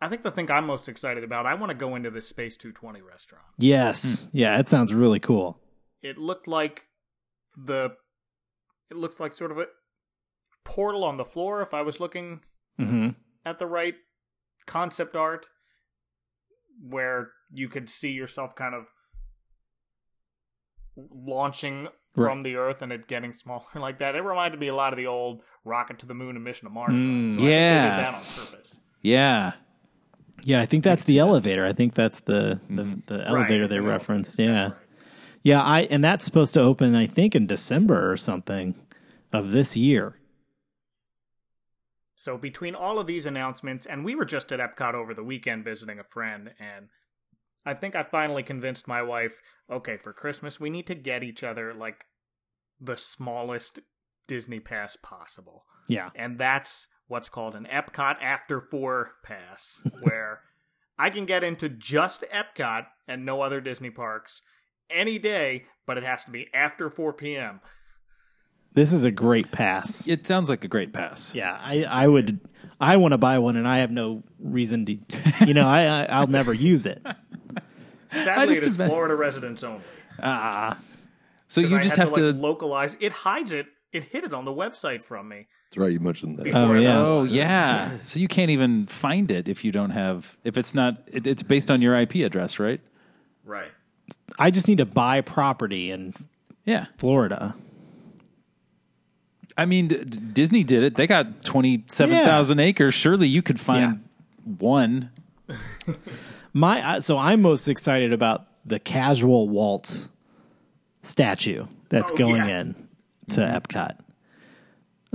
Speaker 6: I think the thing I'm most excited about. I want to go into this Space 220 restaurant.
Speaker 2: Yes, yeah, it sounds really cool.
Speaker 6: It looked like the it looks like sort of a portal on the floor. If I was looking
Speaker 2: Mm-hmm.
Speaker 6: at the right concept art, where you could see yourself kind of launching from the Earth and it getting smaller like that. It reminded me a lot of the old rocket to the moon and mission to Mars. ones, so I think they did
Speaker 3: yeah.
Speaker 6: that on purpose.
Speaker 3: Yeah.
Speaker 2: Yeah, I think that's the elevator. I think that's the the, the elevator
Speaker 6: it's
Speaker 2: they
Speaker 6: an elevator.
Speaker 2: referenced. Yeah, yeah. I and that's supposed to open, I think, in December or something of this year.
Speaker 6: So between all of these announcements, and we were just at Epcot over the weekend visiting a friend, and I think I finally convinced my wife, okay, for Christmas we need to get each other like the smallest Disney pass possible.
Speaker 2: Yeah,
Speaker 6: and that's what's called an Epcot After Four Pass, where I can get into just Epcot and no other Disney parks any day, but it has to be after 4 p.m.
Speaker 2: this is a great pass.
Speaker 3: It sounds like a great pass.
Speaker 2: Yeah, I, I would. I want to buy one, and I have no reason to. You know, I, I I'll never use it.
Speaker 6: Sadly,
Speaker 3: just
Speaker 6: it is
Speaker 3: imagine-
Speaker 6: Florida residents only.
Speaker 3: So you
Speaker 6: 'cause I
Speaker 3: just
Speaker 6: had
Speaker 3: have
Speaker 6: to,
Speaker 3: to.
Speaker 6: like, localize. It hides it. It hid it on the website from me.
Speaker 1: That's right. You mentioned that.
Speaker 2: Oh
Speaker 6: Or-
Speaker 2: yeah.
Speaker 3: oh yeah. So you can't even find it if you don't have if it's not it, it's based on your IP address, right?
Speaker 6: Right.
Speaker 2: I just need to buy property in
Speaker 3: Yeah.
Speaker 2: Florida.
Speaker 3: I mean, D- D- Disney did it. They got 27,000 acres. Surely you could find one.
Speaker 2: My I- so I'm most excited about the casual waltz statue that's
Speaker 6: Oh,
Speaker 2: going
Speaker 6: yes.
Speaker 2: in to Epcot.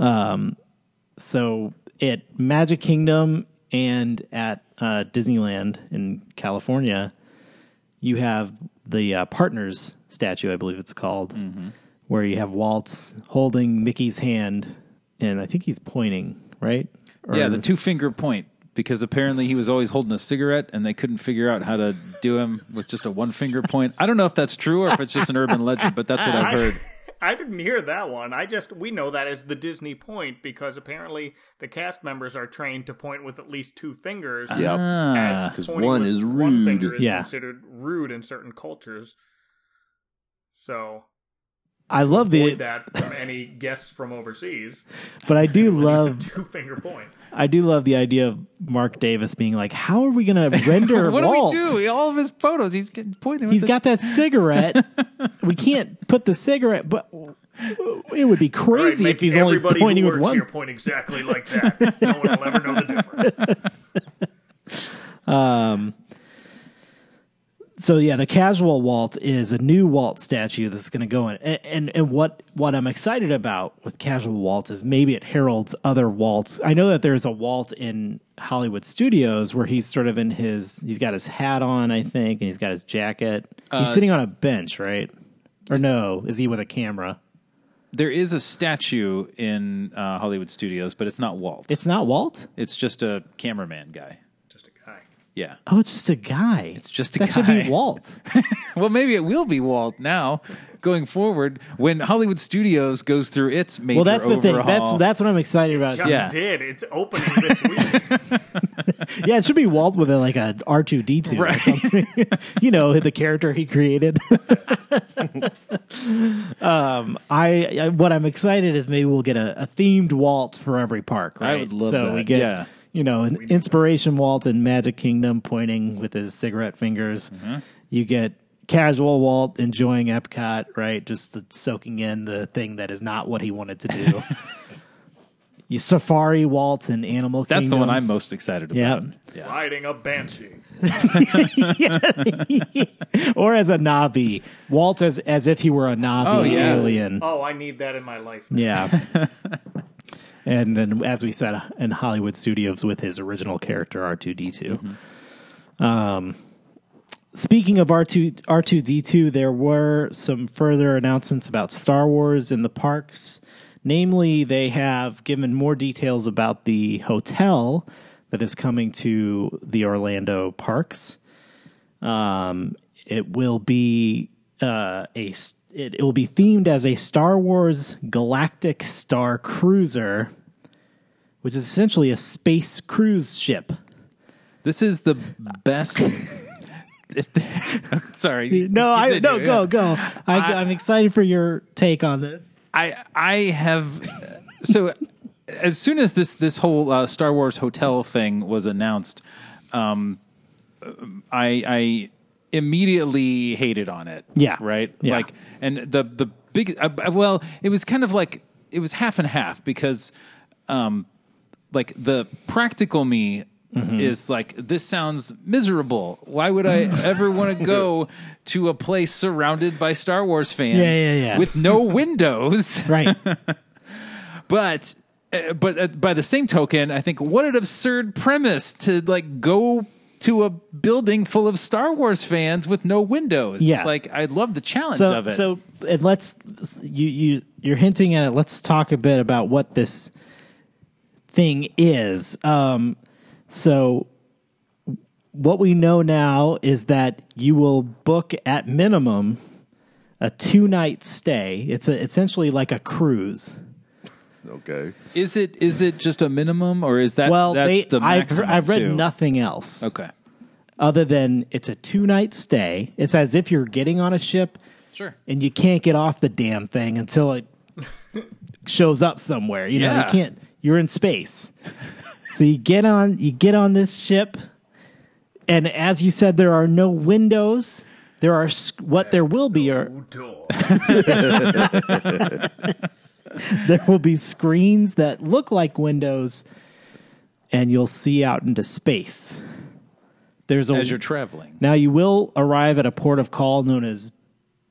Speaker 2: Um, so at Magic Kingdom and at uh, Disneyland in California, you have the uh, partners statue, I believe it's called,
Speaker 6: Mm-hmm.
Speaker 2: where you have Waltz holding Mickey's hand, and I think he's pointing right. Or-
Speaker 3: Yeah, the two finger point because apparently he was always holding a cigarette and they couldn't figure out how to do him with just a one finger point. I don't know if that's true or if it's just an urban legend, but that's what I've heard.
Speaker 6: I didn't hear that one. I just we know that as the Disney point because apparently the cast members are trained to point with at least two fingers.
Speaker 1: Yeah.
Speaker 6: as
Speaker 1: 'Cause
Speaker 6: pointing
Speaker 1: one
Speaker 6: with
Speaker 1: is
Speaker 6: One finger
Speaker 1: rude.
Speaker 6: is
Speaker 2: Ah. Yeah.
Speaker 6: considered rude in certain cultures. So
Speaker 2: I love
Speaker 6: avoid
Speaker 2: the,
Speaker 6: that from any guests from overseas.
Speaker 2: but I do love
Speaker 6: Two finger point.
Speaker 2: I do love the idea of Mark Davis being like, "How are we going to render
Speaker 3: What
Speaker 2: Walt?
Speaker 3: do we do? All of his photos, he's getting pointed. with
Speaker 2: He's
Speaker 3: the-
Speaker 2: got that cigarette. we can't put the cigarette, but it would be crazy
Speaker 6: make
Speaker 2: if he's only
Speaker 6: everybody
Speaker 2: pointing
Speaker 6: who
Speaker 2: with
Speaker 6: works
Speaker 2: one.
Speaker 6: here point exactly like that. no one will ever know the difference.
Speaker 2: So yeah, the casual Walt is a new Walt statue that's going to go in, and, and and what what I'm excited about with casual Walt is maybe it heralds other Walts. I know that there's a Walt in Hollywood Studios where he's sort of in his he's got his hat on, I think, and he's got his jacket.
Speaker 3: Uh,
Speaker 2: He's sitting on a bench, right? Or no, is he with a camera?
Speaker 3: There is a statue in uh, Hollywood Studios, but it's not Walt. It's,
Speaker 2: It's not Walt.
Speaker 3: just a cameraman guy.
Speaker 6: Just a guy.
Speaker 3: Yeah.
Speaker 2: Oh, it's just a guy.
Speaker 3: It's just a
Speaker 2: that should
Speaker 3: guy.
Speaker 2: be Walt.
Speaker 3: Well, maybe it will be Walt now going forward when Hollywood Studios goes through its major
Speaker 2: well, that's the thing. That's
Speaker 3: overhaul.
Speaker 2: that's what I'm excited about.
Speaker 6: Just
Speaker 3: Yeah.
Speaker 6: did. It's opening this week.
Speaker 2: Yeah, it should be Walt with a, like a R two D two or
Speaker 3: Right.
Speaker 2: something. you know, the character he created. um, I, I what I'm excited is maybe we'll get a, a themed Walt for every park. Right?
Speaker 3: I would love
Speaker 2: so
Speaker 3: that,
Speaker 2: we get
Speaker 3: yeah.
Speaker 2: you know an inspiration Walt in Magic Kingdom pointing with his cigarette fingers.
Speaker 3: Mm-hmm.
Speaker 2: You get casual Walt enjoying Epcot, right? Just soaking in the thing that is not what he wanted to do. You Safari Walt and Animal
Speaker 3: That's the
Speaker 2: Kingdom.
Speaker 3: one I'm most excited
Speaker 2: Yep.
Speaker 3: about.
Speaker 6: Riding a banshee.
Speaker 2: or as a Navi. Walt as as if he were a Navi
Speaker 3: Oh, yeah.
Speaker 2: alien.
Speaker 6: Oh, I need that in my life. now.
Speaker 2: Yeah. and then, as we said, in Hollywood Studios with his original character R two D two. Um,
Speaker 3: Mm-hmm.
Speaker 2: speaking of R two R two D two, there were some further announcements about Star Wars in the parks. Namely, they have given more details about the hotel that is coming to the Orlando parks. Um, it will be uh, a s- it, it will be themed as a Star Wars Galactic Star Cruiser, which is essentially a space cruise ship.
Speaker 3: This is the best. Sorry.
Speaker 2: No, I no
Speaker 3: Yeah.
Speaker 2: go go. I, I, am excited for your take on this.
Speaker 3: I I have so as soon as this this whole uh, Star Wars hotel thing was announced, um, I I immediately hated on it.
Speaker 2: Yeah.
Speaker 3: right.
Speaker 2: Yeah.
Speaker 3: Like, and the the big uh, well, it was kind of like it was half and half because, um, like the practical me.
Speaker 2: Mm-hmm.
Speaker 3: Is like this sounds miserable. Why would I ever want to go to a place surrounded by Star Wars fans
Speaker 2: Yeah, yeah, yeah.
Speaker 3: with no windows?
Speaker 2: Right.
Speaker 3: but uh, but uh, by the same token, I think what an absurd premise to like go to a building full of Star Wars fans with no windows.
Speaker 2: Yeah.
Speaker 3: like I love the challenge
Speaker 2: so
Speaker 3: of it.
Speaker 2: so and let's you you you're hinting at it. Let's talk a bit about what this thing is. Um, so what we know now is that you will book at minimum a two night stay. It's a, essentially like a cruise.
Speaker 1: Okay.
Speaker 3: is it is it just a minimum or is that
Speaker 2: well,
Speaker 3: that's
Speaker 2: they,
Speaker 3: the
Speaker 2: I've,
Speaker 3: maximum?
Speaker 2: I've read
Speaker 3: too?
Speaker 2: nothing else.
Speaker 3: Okay,
Speaker 2: Other than it's a two night stay. It's as if you're getting on a ship
Speaker 3: sure.
Speaker 2: and you can't get off the damn thing until it shows up somewhere. You know,
Speaker 3: Yeah.
Speaker 2: you can't. You're in space, so you get on. You get on this ship, and as you said, there are no windows. There are s- what there will be are
Speaker 6: Door.
Speaker 2: there will be screens that look like windows, and you'll see out into space. There's a
Speaker 3: As you're traveling,
Speaker 2: Now you will arrive at a port of call known as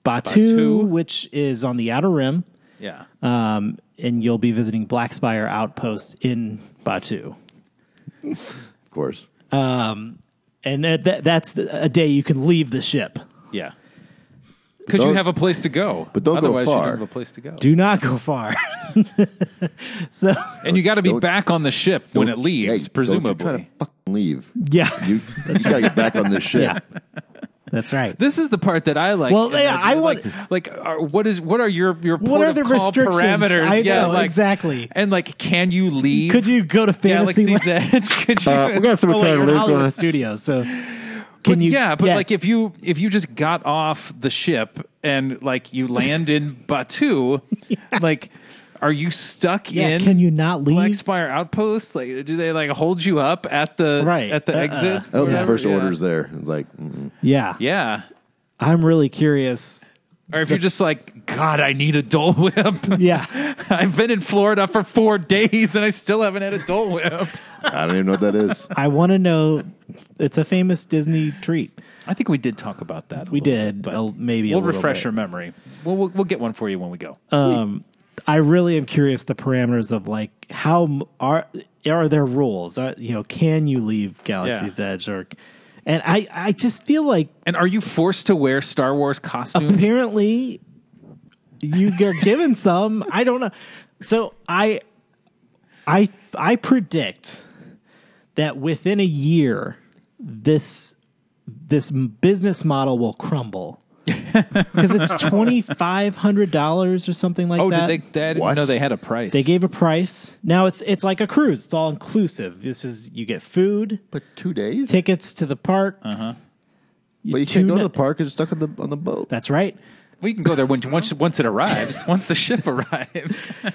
Speaker 2: Batu,
Speaker 3: Batu.
Speaker 2: which is on the outer rim,
Speaker 3: yeah.
Speaker 2: um, and you'll be visiting Blackspire Outpost in Batu.
Speaker 1: Of course.
Speaker 2: And that, that, that's the, a day you can leave the ship.
Speaker 3: yeah. Because you
Speaker 1: Don't-
Speaker 3: have a place to go,
Speaker 1: but don't go
Speaker 3: Otherwise, you
Speaker 1: far.
Speaker 3: don't have a place to go,
Speaker 2: Do not go far. so
Speaker 3: and you got to be
Speaker 1: Don't-
Speaker 3: back on the ship when it
Speaker 1: Don't-
Speaker 3: leaves,
Speaker 1: hey,
Speaker 3: presumably.
Speaker 1: Don't you try to fucking leave.
Speaker 2: yeah,
Speaker 1: You, you gotta get back on this shit.
Speaker 2: yeah, that's right.
Speaker 3: This is the part that I like.
Speaker 2: Well, yeah,
Speaker 3: Imagine,
Speaker 2: I want-
Speaker 3: like, like are, what is what are your your port
Speaker 2: what are
Speaker 3: of
Speaker 2: the
Speaker 3: call
Speaker 2: restrictions?
Speaker 3: parameters?
Speaker 2: I
Speaker 3: yeah,
Speaker 2: know
Speaker 3: like,
Speaker 2: exactly.
Speaker 3: And like, can you leave?
Speaker 2: Could you go to Fantasy
Speaker 3: Galaxy's Edge? Could you?
Speaker 1: Uh, we're gonna have to
Speaker 2: Oh, wait,
Speaker 1: record
Speaker 2: you're in
Speaker 1: Luke
Speaker 2: Hollywood
Speaker 1: on-
Speaker 2: Studios. So
Speaker 3: But
Speaker 2: can you?
Speaker 3: yeah, but like if you if you just got off the ship and like you land in Batu, like, are you stuck
Speaker 2: yeah,
Speaker 3: in?
Speaker 2: can you not leave?
Speaker 3: Black Spire Outpost? Like, do they like hold you up at the
Speaker 2: Right.
Speaker 3: at the
Speaker 2: Uh-uh.
Speaker 3: exit?
Speaker 1: Oh, the
Speaker 3: Whatever,
Speaker 1: first
Speaker 3: yeah.
Speaker 1: order's there. It's like, mm, mm-mm.
Speaker 2: yeah,
Speaker 3: Yeah.
Speaker 2: I'm really curious.
Speaker 3: Or if you're just like, God, I need a Dole Whip.
Speaker 2: Yeah,
Speaker 3: I've been in Florida for four days and I still haven't had a Dole Whip.
Speaker 1: I don't even know what that is.
Speaker 2: I want to know. It's a famous Disney treat.
Speaker 3: I think we did talk about that. a
Speaker 2: We
Speaker 3: little
Speaker 2: did,
Speaker 3: bit, but
Speaker 2: uh, maybe a
Speaker 3: we'll
Speaker 2: little
Speaker 3: refresh
Speaker 2: bit.
Speaker 3: your memory. We'll, we'll we'll get one for you when we go.
Speaker 2: Um, I really am curious the parameters of like how m- are are there rules? Are, you know, can you leave Galaxy's Edge or And I, I just feel like
Speaker 3: And are you forced to wear Star Wars costumes?
Speaker 2: apparently you are given some. I don't know. So I, I, I predict that within a year, this this m- business model will crumble because it's twenty five hundred dollars or something like
Speaker 3: Oh,
Speaker 2: that.
Speaker 3: did they? they I didn't
Speaker 1: What?
Speaker 3: know they had a price.
Speaker 2: They gave a price. Now it's it's like a cruise. It's all inclusive. This is you get food,
Speaker 1: But two days.
Speaker 2: tickets to the park.
Speaker 3: Uh-huh.
Speaker 1: but you
Speaker 2: two
Speaker 1: can't go to
Speaker 2: ni-
Speaker 1: the park. 'cause You're stuck on the on the boat.
Speaker 2: That's right.
Speaker 3: we can go there when, once once it arrives. once the ship arrives.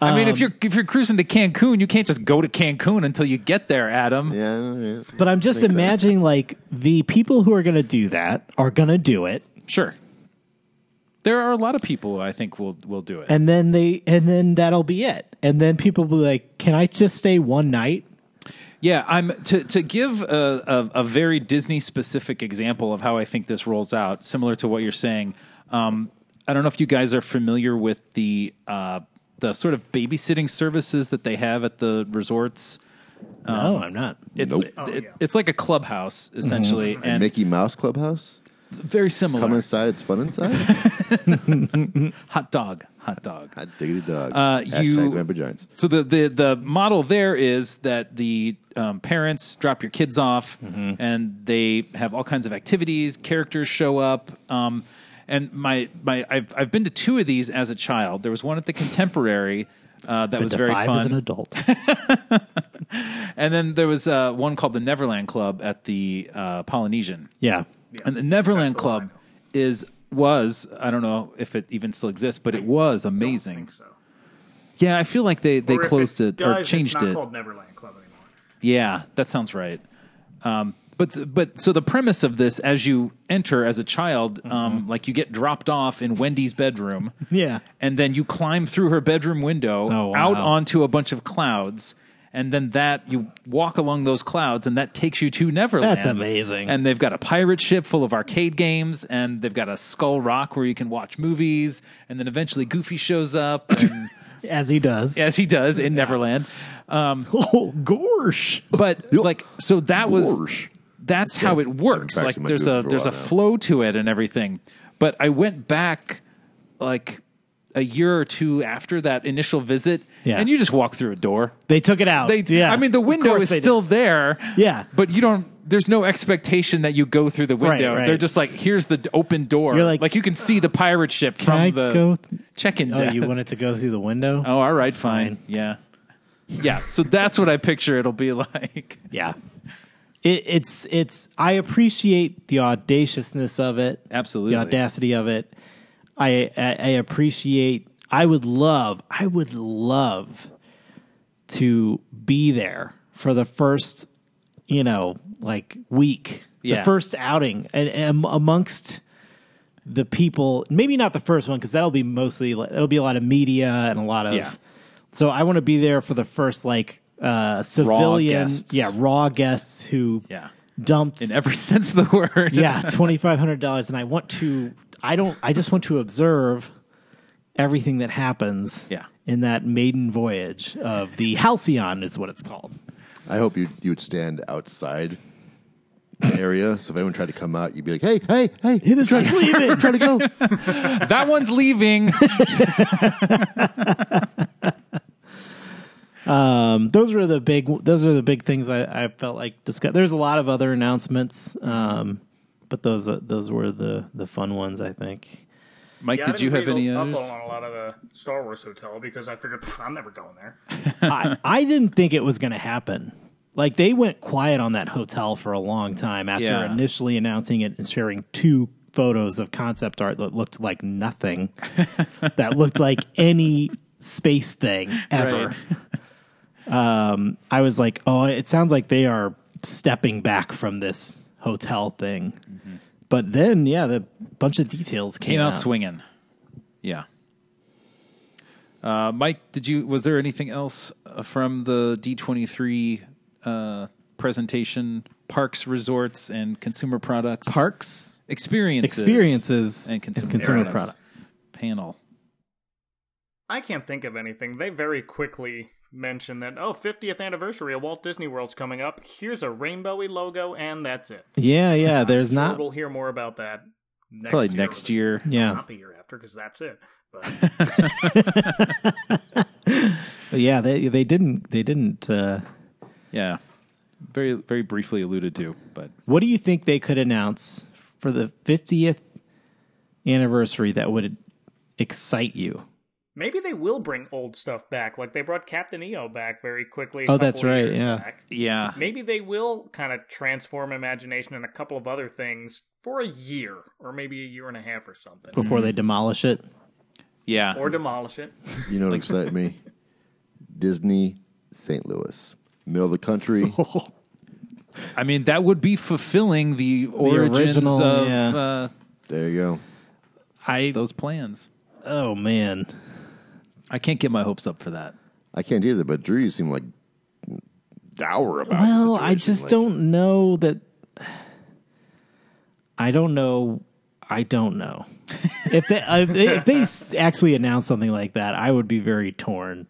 Speaker 3: I mean, if you're if you're cruising to Cancun, you can't just go to Cancun until you get there, Adam.
Speaker 1: yeah, yeah.
Speaker 2: But I'm just
Speaker 1: Makes sense.
Speaker 2: imagining like the people who are going to do that are going to do it,
Speaker 3: Sure. There are a lot of people who I think will will do it.
Speaker 2: and then they and then that'll be it. And then people will be like, "Can I just stay one night?"
Speaker 3: Yeah, I'm to to give a, a, a very Disney specific example of how I think this rolls out, similar to what you're saying. Um, I don't know if you guys are familiar with the uh, the sort of babysitting services that they have at the resorts.
Speaker 2: no, I'm not.
Speaker 3: It's
Speaker 1: Nope.
Speaker 3: Um, it-
Speaker 6: Oh, yeah.
Speaker 3: it's like a clubhouse essentially, and
Speaker 1: Mickey Mouse Clubhouse.
Speaker 3: very similar.
Speaker 1: Come inside. It's fun inside.
Speaker 3: Hot dog, hot dog.
Speaker 1: Hot diggity dog.
Speaker 3: Uh,
Speaker 1: Hashtag
Speaker 3: you-
Speaker 1: Remember Giants.
Speaker 3: So the the the model there is that the um, parents drop your kids off, and they have all kinds of activities. Characters show up. Um, and my my I've I've been to two of these as a child. There was one at the Contemporary uh, that was
Speaker 2: To
Speaker 3: very
Speaker 2: five as an
Speaker 3: fun,
Speaker 2: adult.
Speaker 3: and then there was uh, one called the Neverland Club at the uh, Polynesian.
Speaker 2: yeah,
Speaker 3: And the Neverland
Speaker 6: that's the
Speaker 3: Club
Speaker 6: one
Speaker 3: is was I don't know if it even still exists, but it was amazing.
Speaker 6: think so.
Speaker 3: Yeah, I feel like they they
Speaker 6: Or if
Speaker 3: closed it,
Speaker 6: does,
Speaker 3: or changed
Speaker 6: it's not
Speaker 3: it.
Speaker 6: called Neverland Club anymore.
Speaker 3: Yeah, that sounds right. Um, but but so the premise of this, as you enter as a child,
Speaker 6: Mm-hmm.
Speaker 3: um, like you get dropped off in Wendy's bedroom,
Speaker 2: yeah.
Speaker 3: and then you climb through her bedroom window
Speaker 2: Oh, wow.
Speaker 3: out onto a bunch of clouds, and then that you walk along those clouds, and that takes you to Neverland.
Speaker 2: That's amazing.
Speaker 3: And they've got a pirate ship full of arcade games, and they've got a Skull Rock where you can watch movies, and then eventually Goofy shows up, and,
Speaker 2: As he does.
Speaker 3: as he does in Neverland. Um,
Speaker 2: Oh gosh.
Speaker 3: but like so that was
Speaker 1: Gorsh.
Speaker 3: that's how it works
Speaker 1: practicing
Speaker 3: like
Speaker 1: my
Speaker 3: there's
Speaker 1: goof
Speaker 3: a
Speaker 1: for a
Speaker 3: there's a
Speaker 1: while now.
Speaker 3: flow to it and everything but i went back like a year or two after that initial visit
Speaker 2: Yeah.
Speaker 3: and you just walk through a door
Speaker 2: They took it out.
Speaker 3: they
Speaker 2: yeah.
Speaker 3: i mean the
Speaker 2: Of
Speaker 3: window
Speaker 2: course
Speaker 3: is
Speaker 2: they did.
Speaker 3: still there
Speaker 2: Yeah.
Speaker 3: but you don't there's no expectation that you go through the window
Speaker 2: Right, right.
Speaker 3: they're just like here's the d- open door
Speaker 2: You're like,
Speaker 3: you can see the pirate ship from
Speaker 2: I
Speaker 3: the
Speaker 2: go th-
Speaker 3: check-in
Speaker 2: Oh,
Speaker 3: desk
Speaker 2: you wanted to go through the window?
Speaker 3: oh all right fine
Speaker 2: Fine.
Speaker 3: yeah yeah so that's what i picture it'll be like
Speaker 2: Yeah. It, it's it's I appreciate the audaciousness of it.
Speaker 3: Absolutely.
Speaker 2: The audacity of it. I, I I appreciate I would love I would love to be there for the first you know like week
Speaker 3: Yeah.
Speaker 2: the first outing and, and amongst the people maybe not the first one because that'll be mostly it'll be a lot of media and a lot of
Speaker 3: Yeah.
Speaker 2: so I want to be there for the first like uh civilian
Speaker 3: guests.
Speaker 2: yeah raw guests who
Speaker 3: Yeah.
Speaker 2: dumped
Speaker 3: in every sense of the word
Speaker 2: yeah twenty five hundred dollars and I want to I don't I just want to observe everything that happens
Speaker 3: Yeah.
Speaker 2: in that maiden voyage of the Halcyon is what it's called
Speaker 1: I hope you you would stand outside the area. So if anyone tried to come out, you'd be like, "Hey, hey, hey!
Speaker 2: Hey, this guy's leaving.
Speaker 1: Try to go."
Speaker 3: that one's leaving.
Speaker 2: um, those were the big those are the big things I, I felt like discuss. There's a lot of other announcements, um, but those those were the the fun ones I think.
Speaker 3: Mike,
Speaker 6: Yeah, I
Speaker 3: did you
Speaker 6: didn't
Speaker 3: have any
Speaker 6: read up
Speaker 3: others?
Speaker 6: on a lot of the Star Wars hotel because I figured "Pff, I'm never going there.
Speaker 2: I, I didn't think it was going to happen. Like they went quiet on that hotel for a long time after
Speaker 3: Yeah.
Speaker 2: initially announcing it and sharing two photos of concept art that looked like nothing, that looked like any space thing ever. Um, I was like, oh, it sounds like they are stepping back from this hotel thing. But then, yeah, the bunch of details came,
Speaker 3: Mm-hmm. Came out swinging. Yeah. Uh, Mike, did you? Was there anything else uh, from the D twenty three presentation? Parks, resorts, and consumer products.
Speaker 2: Parks
Speaker 3: experiences,
Speaker 2: experiences
Speaker 3: and consumer,
Speaker 2: products.
Speaker 3: products. Panel.
Speaker 6: I can't think of anything. They very quickly mention that oh 50th anniversary of Walt Disney World's coming up. Here's a rainbowy logo and that's it.
Speaker 2: Yeah, yeah. There's
Speaker 6: Sure,
Speaker 2: not.
Speaker 6: we'll hear more about that next
Speaker 3: Probably
Speaker 6: year,
Speaker 3: next
Speaker 6: but
Speaker 3: year.
Speaker 2: Yeah,
Speaker 6: Not the year after because that's it. But
Speaker 2: yeah. They they didn't they didn't. Uh,
Speaker 3: Yeah. Very, very briefly alluded to, but
Speaker 2: what do you think they could announce for the 50th anniversary that would excite you?
Speaker 6: maybe they will bring old stuff back. Like they brought Captain EO back very quickly. a
Speaker 2: Oh, that's
Speaker 6: couple of
Speaker 2: right,
Speaker 6: years
Speaker 2: yeah.
Speaker 6: back.
Speaker 3: yeah,
Speaker 6: Maybe they will kind of transform imagination and a couple of other things for a year or maybe a year and a half or something.
Speaker 2: before they demolish it.
Speaker 3: yeah.
Speaker 6: Or demolish it.
Speaker 1: You know what excited me? Disney, St. Louis, middle of the country.
Speaker 2: Oh.
Speaker 3: I mean, that would be fulfilling the origins
Speaker 2: original,
Speaker 3: of
Speaker 2: yeah.
Speaker 3: uh,
Speaker 1: There you go.
Speaker 2: I
Speaker 3: those plans.
Speaker 2: oh man,
Speaker 3: I can't get my hopes up for that.
Speaker 1: I can't either, but Drew, you seem like dour about. the
Speaker 2: well, I
Speaker 1: situation.
Speaker 2: just
Speaker 1: Like,
Speaker 2: don't know that. I don't know. I don't know. if they if they, if they s- actually announce something like that, I would be very torn.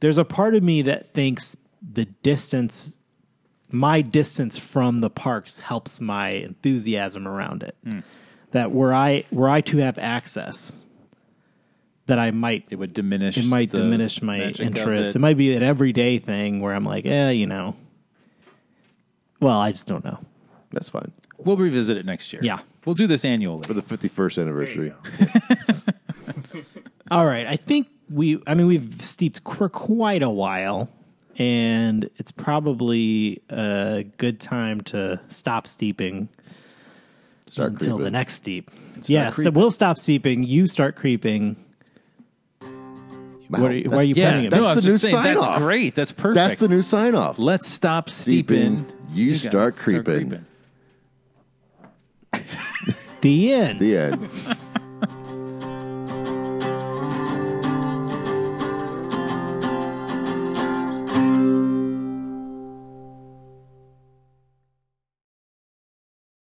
Speaker 2: There's a part of me that thinks the distance, my distance from the parks, helps my enthusiasm around it.
Speaker 1: Hmm.
Speaker 2: That were I were I to have access, that I might
Speaker 3: It would diminish.
Speaker 2: it might
Speaker 3: the
Speaker 2: diminish my
Speaker 3: magic of
Speaker 2: interest.
Speaker 3: it.
Speaker 2: It. might be an everyday thing where I'm like, eh, you know. Well, I just don't know.
Speaker 1: That's fine
Speaker 3: We'll revisit it next year.
Speaker 2: Yeah.
Speaker 3: we'll do this annually.
Speaker 1: for the fifty-first anniversary.
Speaker 2: All right, I think we. I mean, we've steeped for quite a while, and it's probably a good time to stop steeping
Speaker 1: Start
Speaker 2: until
Speaker 1: creeping.
Speaker 2: the next steep.
Speaker 3: start
Speaker 2: Yes, so
Speaker 3: creeping.
Speaker 2: we'll stop steeping. You start creeping.
Speaker 1: Wow,
Speaker 2: What are you, why are
Speaker 1: that's-
Speaker 2: you
Speaker 3: yeah,
Speaker 2: pointing at?
Speaker 1: that's
Speaker 2: me?
Speaker 3: no, I was
Speaker 1: the
Speaker 3: just
Speaker 1: new
Speaker 3: saying that's
Speaker 1: sign-off.
Speaker 3: great. That's perfect.
Speaker 1: That's the new sign off.
Speaker 3: Let's stop steeping.
Speaker 1: Steeping, you
Speaker 3: got it.
Speaker 1: start creeping.
Speaker 2: The end.
Speaker 1: The end.